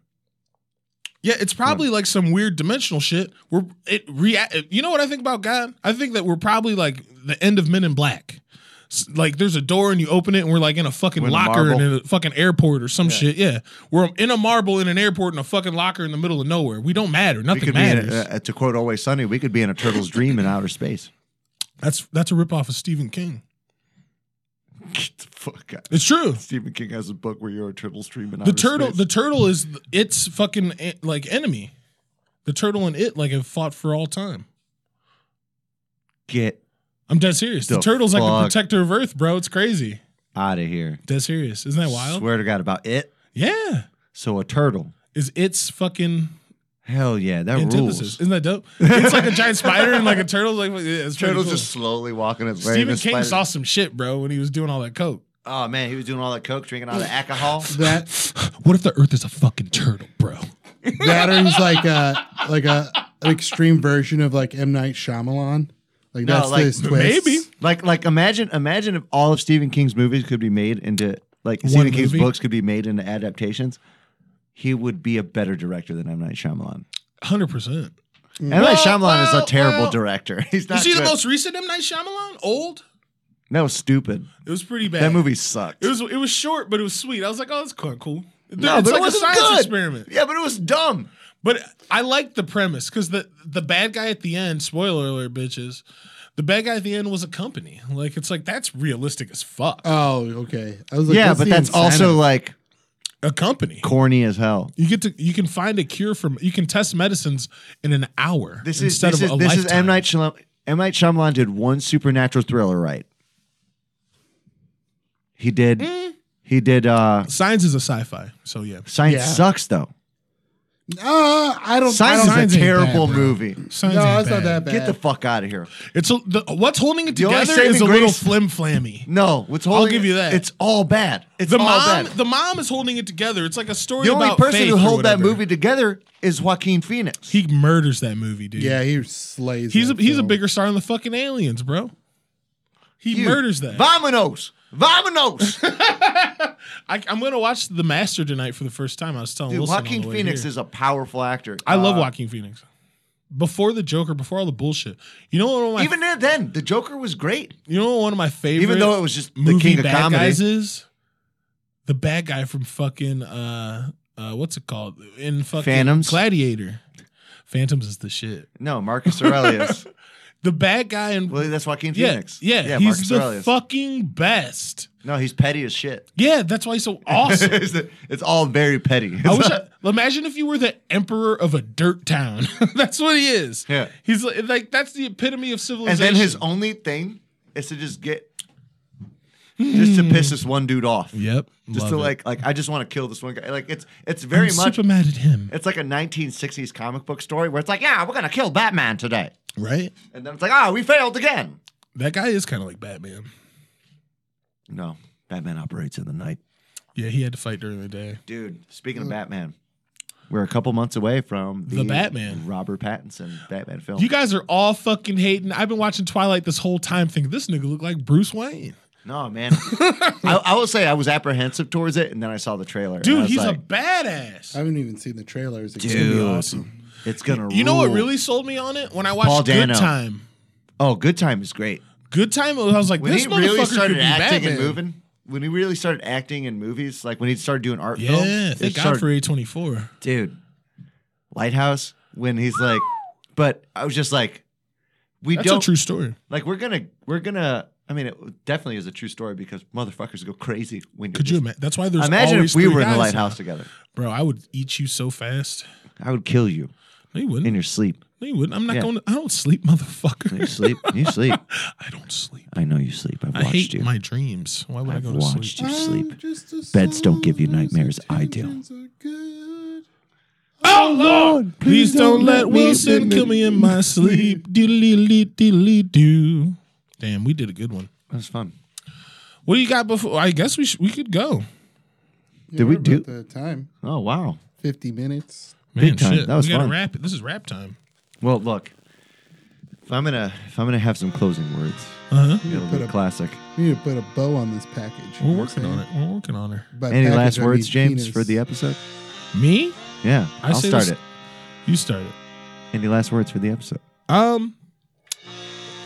Speaker 2: Yeah, it's probably like some weird dimensional shit. We're it rea- You know what I think about God? I think that we're probably like the end of Men in Black. S- Like there's a door and you open it and we're like in a fucking
Speaker 3: We're in a
Speaker 2: locker
Speaker 3: marble.
Speaker 2: in a fucking airport or some shit. Yeah, we're in a marble in an airport in a fucking locker in the middle of nowhere. We don't matter.
Speaker 3: We
Speaker 2: Nothing
Speaker 3: could be in
Speaker 2: matters.
Speaker 3: a, uh, to quote Always Sunny, we could be in a turtle's dream in outer space.
Speaker 2: that's that's a ripoff of Stephen King.
Speaker 3: Get the fuck out.
Speaker 2: It's true.
Speaker 3: Stephen King has a book where you're a turtle's dream in
Speaker 2: the
Speaker 3: outer
Speaker 2: turtle
Speaker 3: space.
Speaker 2: the turtle is th- its fucking eh, like enemy the turtle and it like have fought for all time
Speaker 3: Get
Speaker 2: i'm dead serious the,
Speaker 3: The
Speaker 2: turtle's like the
Speaker 3: fuck?
Speaker 2: protector of earth bro it's crazy
Speaker 3: out of here.
Speaker 2: dead serious isn't that wild
Speaker 3: Swear to God about it.
Speaker 2: yeah
Speaker 3: So a turtle.
Speaker 2: is its fucking
Speaker 3: Hell yeah, that
Speaker 2: antithesis
Speaker 3: rules.
Speaker 2: isn't that dope it's like a giant spider and like a turtle like yeah, it's pretty
Speaker 3: Turtle's
Speaker 2: cool.
Speaker 3: just slowly walking its way. and
Speaker 2: stephen
Speaker 3: the
Speaker 2: king
Speaker 3: spider-
Speaker 2: saw some shit bro when he was doing all that coke
Speaker 3: Oh man, he was doing all that coke, drinking all the alcohol.
Speaker 4: that
Speaker 2: what if the earth is a fucking turtle bro
Speaker 4: that or he's like a Uh, like a an extreme version of like M Night Shyamalan. Like
Speaker 3: No,
Speaker 4: that's
Speaker 3: like-
Speaker 4: this twist.
Speaker 2: maybe.
Speaker 3: Like, like imagine, imagine if all of Stephen King's movies could be made into like Stephen King's
Speaker 2: movie?
Speaker 3: books could be made into adaptations. He would be a better director than M Night Shyamalan.
Speaker 2: 100%
Speaker 3: M Night Shyamalan is
Speaker 2: well,
Speaker 3: a terrible
Speaker 2: well.
Speaker 3: director. He's not.
Speaker 2: you see the
Speaker 3: good.
Speaker 2: most recent M. Night Shyamalan? Old?
Speaker 3: That was stupid.
Speaker 2: It was pretty bad.
Speaker 3: That movie sucked.
Speaker 2: It was it was short, but it was sweet. I was like, oh, that's kind of cool. It-
Speaker 3: no,
Speaker 2: it's
Speaker 3: but
Speaker 2: like
Speaker 3: it was
Speaker 2: a science
Speaker 3: good.
Speaker 2: experiment.
Speaker 3: Yeah, but it was dumb.
Speaker 2: But I like the premise because the the bad guy at the end, spoiler alert, bitches, the bad guy at the end was a company. Like it's like that's realistic as fuck.
Speaker 4: Oh, okay. I was like,
Speaker 3: yeah,
Speaker 4: what's
Speaker 3: but
Speaker 4: the
Speaker 3: that's also
Speaker 4: incentive?
Speaker 3: like
Speaker 2: a company.
Speaker 3: corny as hell.
Speaker 2: You get to you can find a cure from you can test medicines in an hour
Speaker 3: This is
Speaker 2: instead
Speaker 3: this
Speaker 2: of
Speaker 3: is
Speaker 2: a
Speaker 3: this
Speaker 2: lifetime.
Speaker 3: is M Night Shyamalan. M Night Shyamalan did one supernatural thriller right. He did.
Speaker 2: Hmm?
Speaker 3: He did. uh
Speaker 2: Science is a sci-fi, so yeah.
Speaker 3: Science
Speaker 4: Yeah.
Speaker 3: sucks though.
Speaker 4: Uh, I don't. I
Speaker 3: Science
Speaker 4: don't
Speaker 2: Signs
Speaker 3: is a
Speaker 2: ain't
Speaker 3: terrible
Speaker 2: bad, bro.
Speaker 3: movie.
Speaker 2: Science
Speaker 4: no,
Speaker 2: ain't
Speaker 4: it's not that bad.
Speaker 3: Get the fuck out of here.
Speaker 2: It's a, the, what's holding it
Speaker 3: The only
Speaker 2: together is a
Speaker 3: saving
Speaker 2: little
Speaker 3: grace-
Speaker 2: flim flammy.
Speaker 3: No, what's holding?
Speaker 2: give
Speaker 3: it-
Speaker 2: you that.
Speaker 3: It's all bad. It's
Speaker 2: The
Speaker 3: all
Speaker 2: mom,
Speaker 3: bad.
Speaker 2: the mom is holding it together. It's like a story.
Speaker 3: The only
Speaker 2: about
Speaker 3: person
Speaker 2: faith
Speaker 3: who
Speaker 2: or
Speaker 3: held that
Speaker 2: whatever.
Speaker 3: movie together is Joaquin Phoenix.
Speaker 2: He murders that movie, dude.
Speaker 4: yeah, he slays.
Speaker 2: he's a,
Speaker 4: that
Speaker 2: he's a
Speaker 4: film.
Speaker 2: bigger star in the fucking Aliens, bro. He
Speaker 3: Dude,
Speaker 2: murders that.
Speaker 3: Vamonos, vamonos.
Speaker 2: I, I'm gonna watch The Master tonight for the first time. I was telling
Speaker 3: Dude,
Speaker 2: Wilson on the
Speaker 3: Joaquin
Speaker 2: way
Speaker 3: Phoenix
Speaker 2: here.
Speaker 3: is a powerful actor.
Speaker 2: I love
Speaker 3: Uh,
Speaker 2: Joaquin Phoenix. Before the Joker, before all the bullshit, you know what one of my
Speaker 3: Even then, the Joker was great.
Speaker 2: you know what one of my favorite
Speaker 3: Even though it was just the
Speaker 2: movie
Speaker 3: king of
Speaker 2: bad
Speaker 3: comedy.
Speaker 2: guys is the bad guy from fucking uh uh what's it called in fucking
Speaker 3: Phantoms?
Speaker 2: Gladiator. Phantoms is the shit.
Speaker 3: No, Marcus Aurelius.
Speaker 2: The bad guy in
Speaker 3: well, that's Joaquin
Speaker 2: yeah,
Speaker 3: Phoenix.
Speaker 2: yeah,
Speaker 3: yeah.
Speaker 2: he's
Speaker 3: Marcus
Speaker 2: the
Speaker 3: Aurelius.
Speaker 2: fucking best.
Speaker 3: no, he's petty as shit.
Speaker 2: Yeah, that's why he's so awesome.
Speaker 3: it's, it's all very petty.
Speaker 2: I wish. I, imagine if you were the emperor of a dirt town. that's what he is.
Speaker 3: Yeah.
Speaker 2: he's like, like that's the epitome of
Speaker 3: and
Speaker 2: civilization.
Speaker 3: then his only thing is to just get just to piss this one dude off.
Speaker 2: Yep.
Speaker 3: Just
Speaker 2: love
Speaker 3: to
Speaker 2: it.
Speaker 3: like like I just want to kill this one guy. Like it's it's
Speaker 2: I'm
Speaker 3: very much
Speaker 2: super mad at him.
Speaker 3: it's like a 1960s comic book story where it's like, yeah, we're gonna kill Batman today,
Speaker 2: Right.
Speaker 3: and then it's like, ah, we failed again.
Speaker 2: That guy is kind of like Batman.
Speaker 3: No, Batman operates in the night,
Speaker 2: Yeah, he had to fight during the day.
Speaker 3: dude. Speaking of Batman, we're a couple months away from the,
Speaker 2: Mm. The Batman.
Speaker 3: Robert Pattinson Batman film.
Speaker 2: You guys are all fucking hating. I've been watching Twilight this whole time, thinking this nigga look like Bruce Wayne.
Speaker 3: no, man, I, I will say I was apprehensive towards it, and then I saw the trailer. and I
Speaker 2: Dude,
Speaker 3: was
Speaker 2: he's
Speaker 3: like,
Speaker 2: a badass.
Speaker 4: I haven't even seen the trailers.
Speaker 3: dude.
Speaker 2: awesome.
Speaker 3: It's gonna.
Speaker 2: you know what
Speaker 3: rule.
Speaker 2: really sold me on it when I watched
Speaker 3: Paul
Speaker 2: Good
Speaker 3: Dano.
Speaker 2: Time.
Speaker 3: Oh, Good Time is great.
Speaker 2: Good Time. I was like,
Speaker 3: when
Speaker 2: this
Speaker 3: he
Speaker 2: motherfucker
Speaker 3: really
Speaker 2: could
Speaker 3: started
Speaker 2: be
Speaker 3: acting
Speaker 2: Batman.
Speaker 3: and moving, when he really started acting in movies, like when he started doing art
Speaker 2: Yeah,
Speaker 3: films, it
Speaker 2: thank God
Speaker 3: started-
Speaker 2: for A twenty four.
Speaker 3: dude, Lighthouse. When he's like, but I was just like, we
Speaker 2: That's
Speaker 3: don't
Speaker 2: a true story.
Speaker 3: like we're gonna we're gonna. I mean, it definitely is a true story because motherfuckers go crazy when.
Speaker 2: Could you
Speaker 3: you're just-
Speaker 2: imagine? That's why there's
Speaker 3: imagine
Speaker 2: always
Speaker 3: if we
Speaker 2: three
Speaker 3: were in the
Speaker 2: guys
Speaker 3: lighthouse
Speaker 2: now.
Speaker 3: together?
Speaker 2: bro. I would eat you so fast.
Speaker 3: I would kill you
Speaker 2: No, you
Speaker 3: in
Speaker 2: wouldn't.
Speaker 3: your sleep.
Speaker 2: No, you wouldn't. I'm not
Speaker 3: Yeah.
Speaker 2: going to. I don't sleep, motherfucker.
Speaker 3: You sleep. You sleep.
Speaker 2: I don't sleep.
Speaker 3: I know you sleep. I've
Speaker 2: I
Speaker 3: watched
Speaker 2: hate
Speaker 3: you.
Speaker 2: my dreams. Why would i
Speaker 3: I've
Speaker 2: go to
Speaker 3: watched
Speaker 2: sleep?
Speaker 3: you sleep.
Speaker 4: Just a
Speaker 3: Beds don't give you
Speaker 4: summer's
Speaker 3: nightmares. I do.
Speaker 4: intentions are good.
Speaker 2: Oh, Lord! Please don't let Wilson kill me in my sleep. Doo-doo-doo-doo-doo. Damn, we did a good one.
Speaker 3: That was fun.
Speaker 2: What do you got before? I guess we should, we could go.
Speaker 4: Yeah,
Speaker 3: Did we
Speaker 4: we're
Speaker 3: do-
Speaker 4: about the time?
Speaker 3: Oh wow.
Speaker 4: Fifty minutes.
Speaker 2: Man,
Speaker 3: time.
Speaker 2: shit.
Speaker 3: That was
Speaker 2: we gotta
Speaker 3: fun.
Speaker 2: Wrap it. This is rap time.
Speaker 3: Well, look. If I'm gonna if I'm gonna have some closing words,
Speaker 2: Uh huh.
Speaker 3: it'll
Speaker 4: Put
Speaker 3: be
Speaker 4: a-
Speaker 3: classic.
Speaker 4: We need to put a bow on this package.
Speaker 2: We're working on it. We're working on her.
Speaker 3: Any last words, James, for the episode?
Speaker 2: Me?
Speaker 3: Yeah,
Speaker 2: I
Speaker 3: I'll
Speaker 2: say
Speaker 3: start
Speaker 2: this-
Speaker 3: it.
Speaker 2: You started.
Speaker 3: Any last words for the episode?
Speaker 2: Um,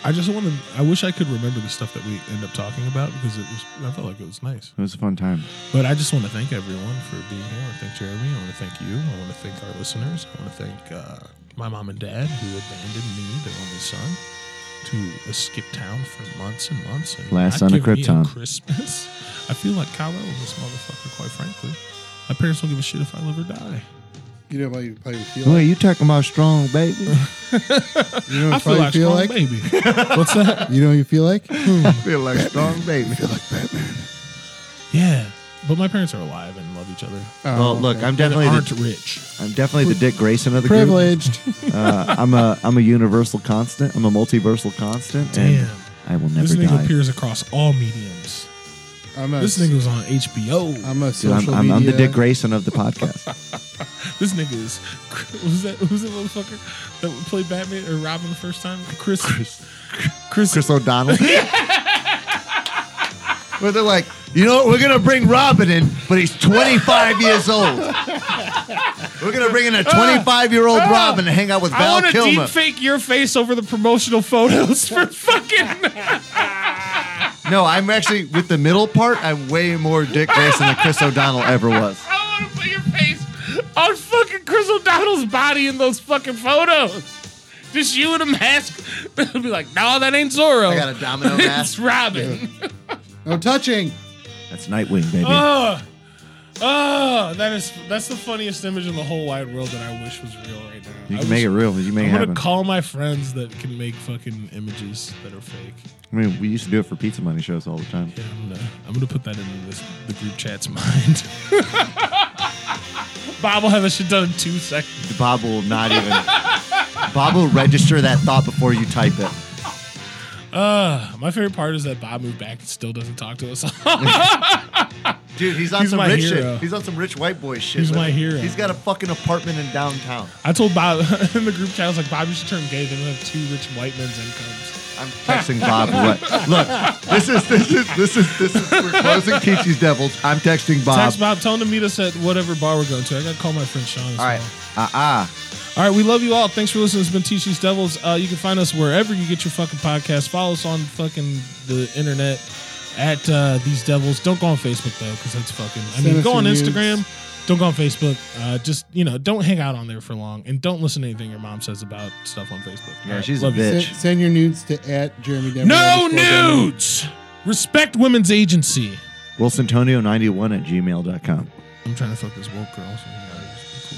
Speaker 2: I just want to. I wish I could remember the stuff that we end up talking about because it was. I felt like it was nice.
Speaker 3: It was a fun time.
Speaker 2: But I just want to thank everyone for being here. I want to thank Jeremy. I want to thank you. I want to thank our listeners. I want to thank uh, my mom and dad who abandoned me, their only son, to uh, skip town for months and months. And
Speaker 3: Last
Speaker 2: not
Speaker 3: son
Speaker 2: give
Speaker 3: of
Speaker 2: me a
Speaker 3: Krypton.
Speaker 2: Christmas. I feel like Kyle this motherfucker. Quite frankly, my parents don't give a shit if I live or die.
Speaker 4: You know what you probably feel
Speaker 3: Well,
Speaker 4: like?
Speaker 3: you talking about strong, baby?
Speaker 4: You know what
Speaker 2: I feel
Speaker 4: you probably
Speaker 2: like
Speaker 4: feel
Speaker 2: strong
Speaker 4: like?
Speaker 2: baby. What's that? Hmm.
Speaker 4: You know what you feel like?
Speaker 3: I feel like strong, baby.
Speaker 2: Yeah, but my parents are alive and love each other.
Speaker 3: Well, look, I'm
Speaker 2: They
Speaker 3: definitely
Speaker 2: aren't
Speaker 3: the,
Speaker 2: rich.
Speaker 3: I'm definitely the Dick Grayson of the
Speaker 4: privileged.
Speaker 3: group. Uh, I'm a I'm a universal constant. I'm a multiversal constant. And
Speaker 2: Damn.
Speaker 3: I will
Speaker 2: This
Speaker 3: never
Speaker 2: nigga
Speaker 3: die.
Speaker 2: appears across all mediums.
Speaker 4: I'm a,
Speaker 2: This nigga was on HBO.
Speaker 4: I'm a
Speaker 3: Dude,
Speaker 4: social
Speaker 3: I'm, I'm, I'm the
Speaker 4: media-
Speaker 3: Dick Grayson of the podcast.
Speaker 2: this nigga is. what Was that what was that motherfucker that played Batman or Robin the first time? Chris. Chris. Chris.
Speaker 3: Chris O'Donnell. Where they're like, you know, what? we're gonna bring Robin in, but he's 25 years old. We're gonna bring in a 25 year old Robin to hang out with
Speaker 2: Uh, I
Speaker 3: Val
Speaker 2: want to
Speaker 3: Kilmer.
Speaker 2: deep fake your face over the promotional photos for fucking.
Speaker 3: No, I'm actually with the middle part. I'm way more Dick Grayson than Chris O'Donnell ever was.
Speaker 2: I want to put your face on fucking Chris O'Donnell's body in those fucking photos. Just you in a mask. Be like, no, that ain't Zorro.
Speaker 3: I got a domino
Speaker 2: it's
Speaker 3: mask.
Speaker 2: Robin.
Speaker 4: No Oh, touching.
Speaker 3: That's Nightwing, baby.
Speaker 2: Oh, oh, that is that's the funniest image in the whole wide world that I wish was real right now.
Speaker 3: you
Speaker 2: I
Speaker 3: can make it
Speaker 2: wish-
Speaker 3: real. You can make
Speaker 2: I'm
Speaker 3: it
Speaker 2: gonna
Speaker 3: happen.
Speaker 2: call my friends that can make fucking images that are fake.
Speaker 3: I mean, we used to do it for pizza money shows all the time.
Speaker 2: Yeah, I'm gonna, I'm gonna put that into this, the group chat's mind. Bob will have that shit done in two seconds.
Speaker 3: Bob will not even. Bob will register that thought before you type it.
Speaker 2: Uh, my favorite part is that Bob moved back and still doesn't talk to us.
Speaker 3: Dude, he's on
Speaker 2: He's
Speaker 3: some
Speaker 2: my
Speaker 3: rich
Speaker 2: hero.
Speaker 3: shit. He's on some rich white boy shit.
Speaker 2: He's
Speaker 3: man.
Speaker 2: my hero.
Speaker 3: He's got a fucking apartment in downtown.
Speaker 2: I told Bob in the group chat, I was like, Bob, you should turn gay. Then we'll have two rich white men's incomes.
Speaker 3: I'm texting Bob. What? Look, this is this is this is this is we're closing Peachy's Devils. I'm texting Bob.
Speaker 2: Text Bob, tell him to meet us at whatever bar we're going to. I gotta call my friend Sean. As
Speaker 3: All right.
Speaker 2: well.
Speaker 3: Uh uh
Speaker 2: All right, we love you all. Thanks for listening. It's been Teach These Devils. Uh, you can find us wherever you get your fucking podcast. Follow us on fucking the internet at uh, These Devils. Don't go on Facebook though, because that's fucking. I
Speaker 4: Send
Speaker 2: mean,
Speaker 4: us
Speaker 2: go
Speaker 4: your
Speaker 2: on
Speaker 4: nudes.
Speaker 2: Instagram. Don't go on Facebook. Uh, just you know, don't hang out on there for long, and don't listen to anything your mom says about stuff on Facebook.
Speaker 3: Yeah,
Speaker 2: All right,
Speaker 3: she's a
Speaker 2: love you.
Speaker 3: bitch.
Speaker 4: Send, send your nudes to at Jeremy. Denver
Speaker 2: No
Speaker 4: underscore Denver.
Speaker 2: nudes. Respect women's agency.
Speaker 3: Wilsontonio91 at gmail.com.
Speaker 2: I'm trying to fuck this woke girl. So you gotta just be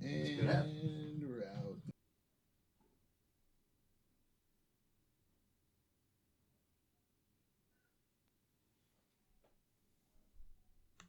Speaker 3: Good app.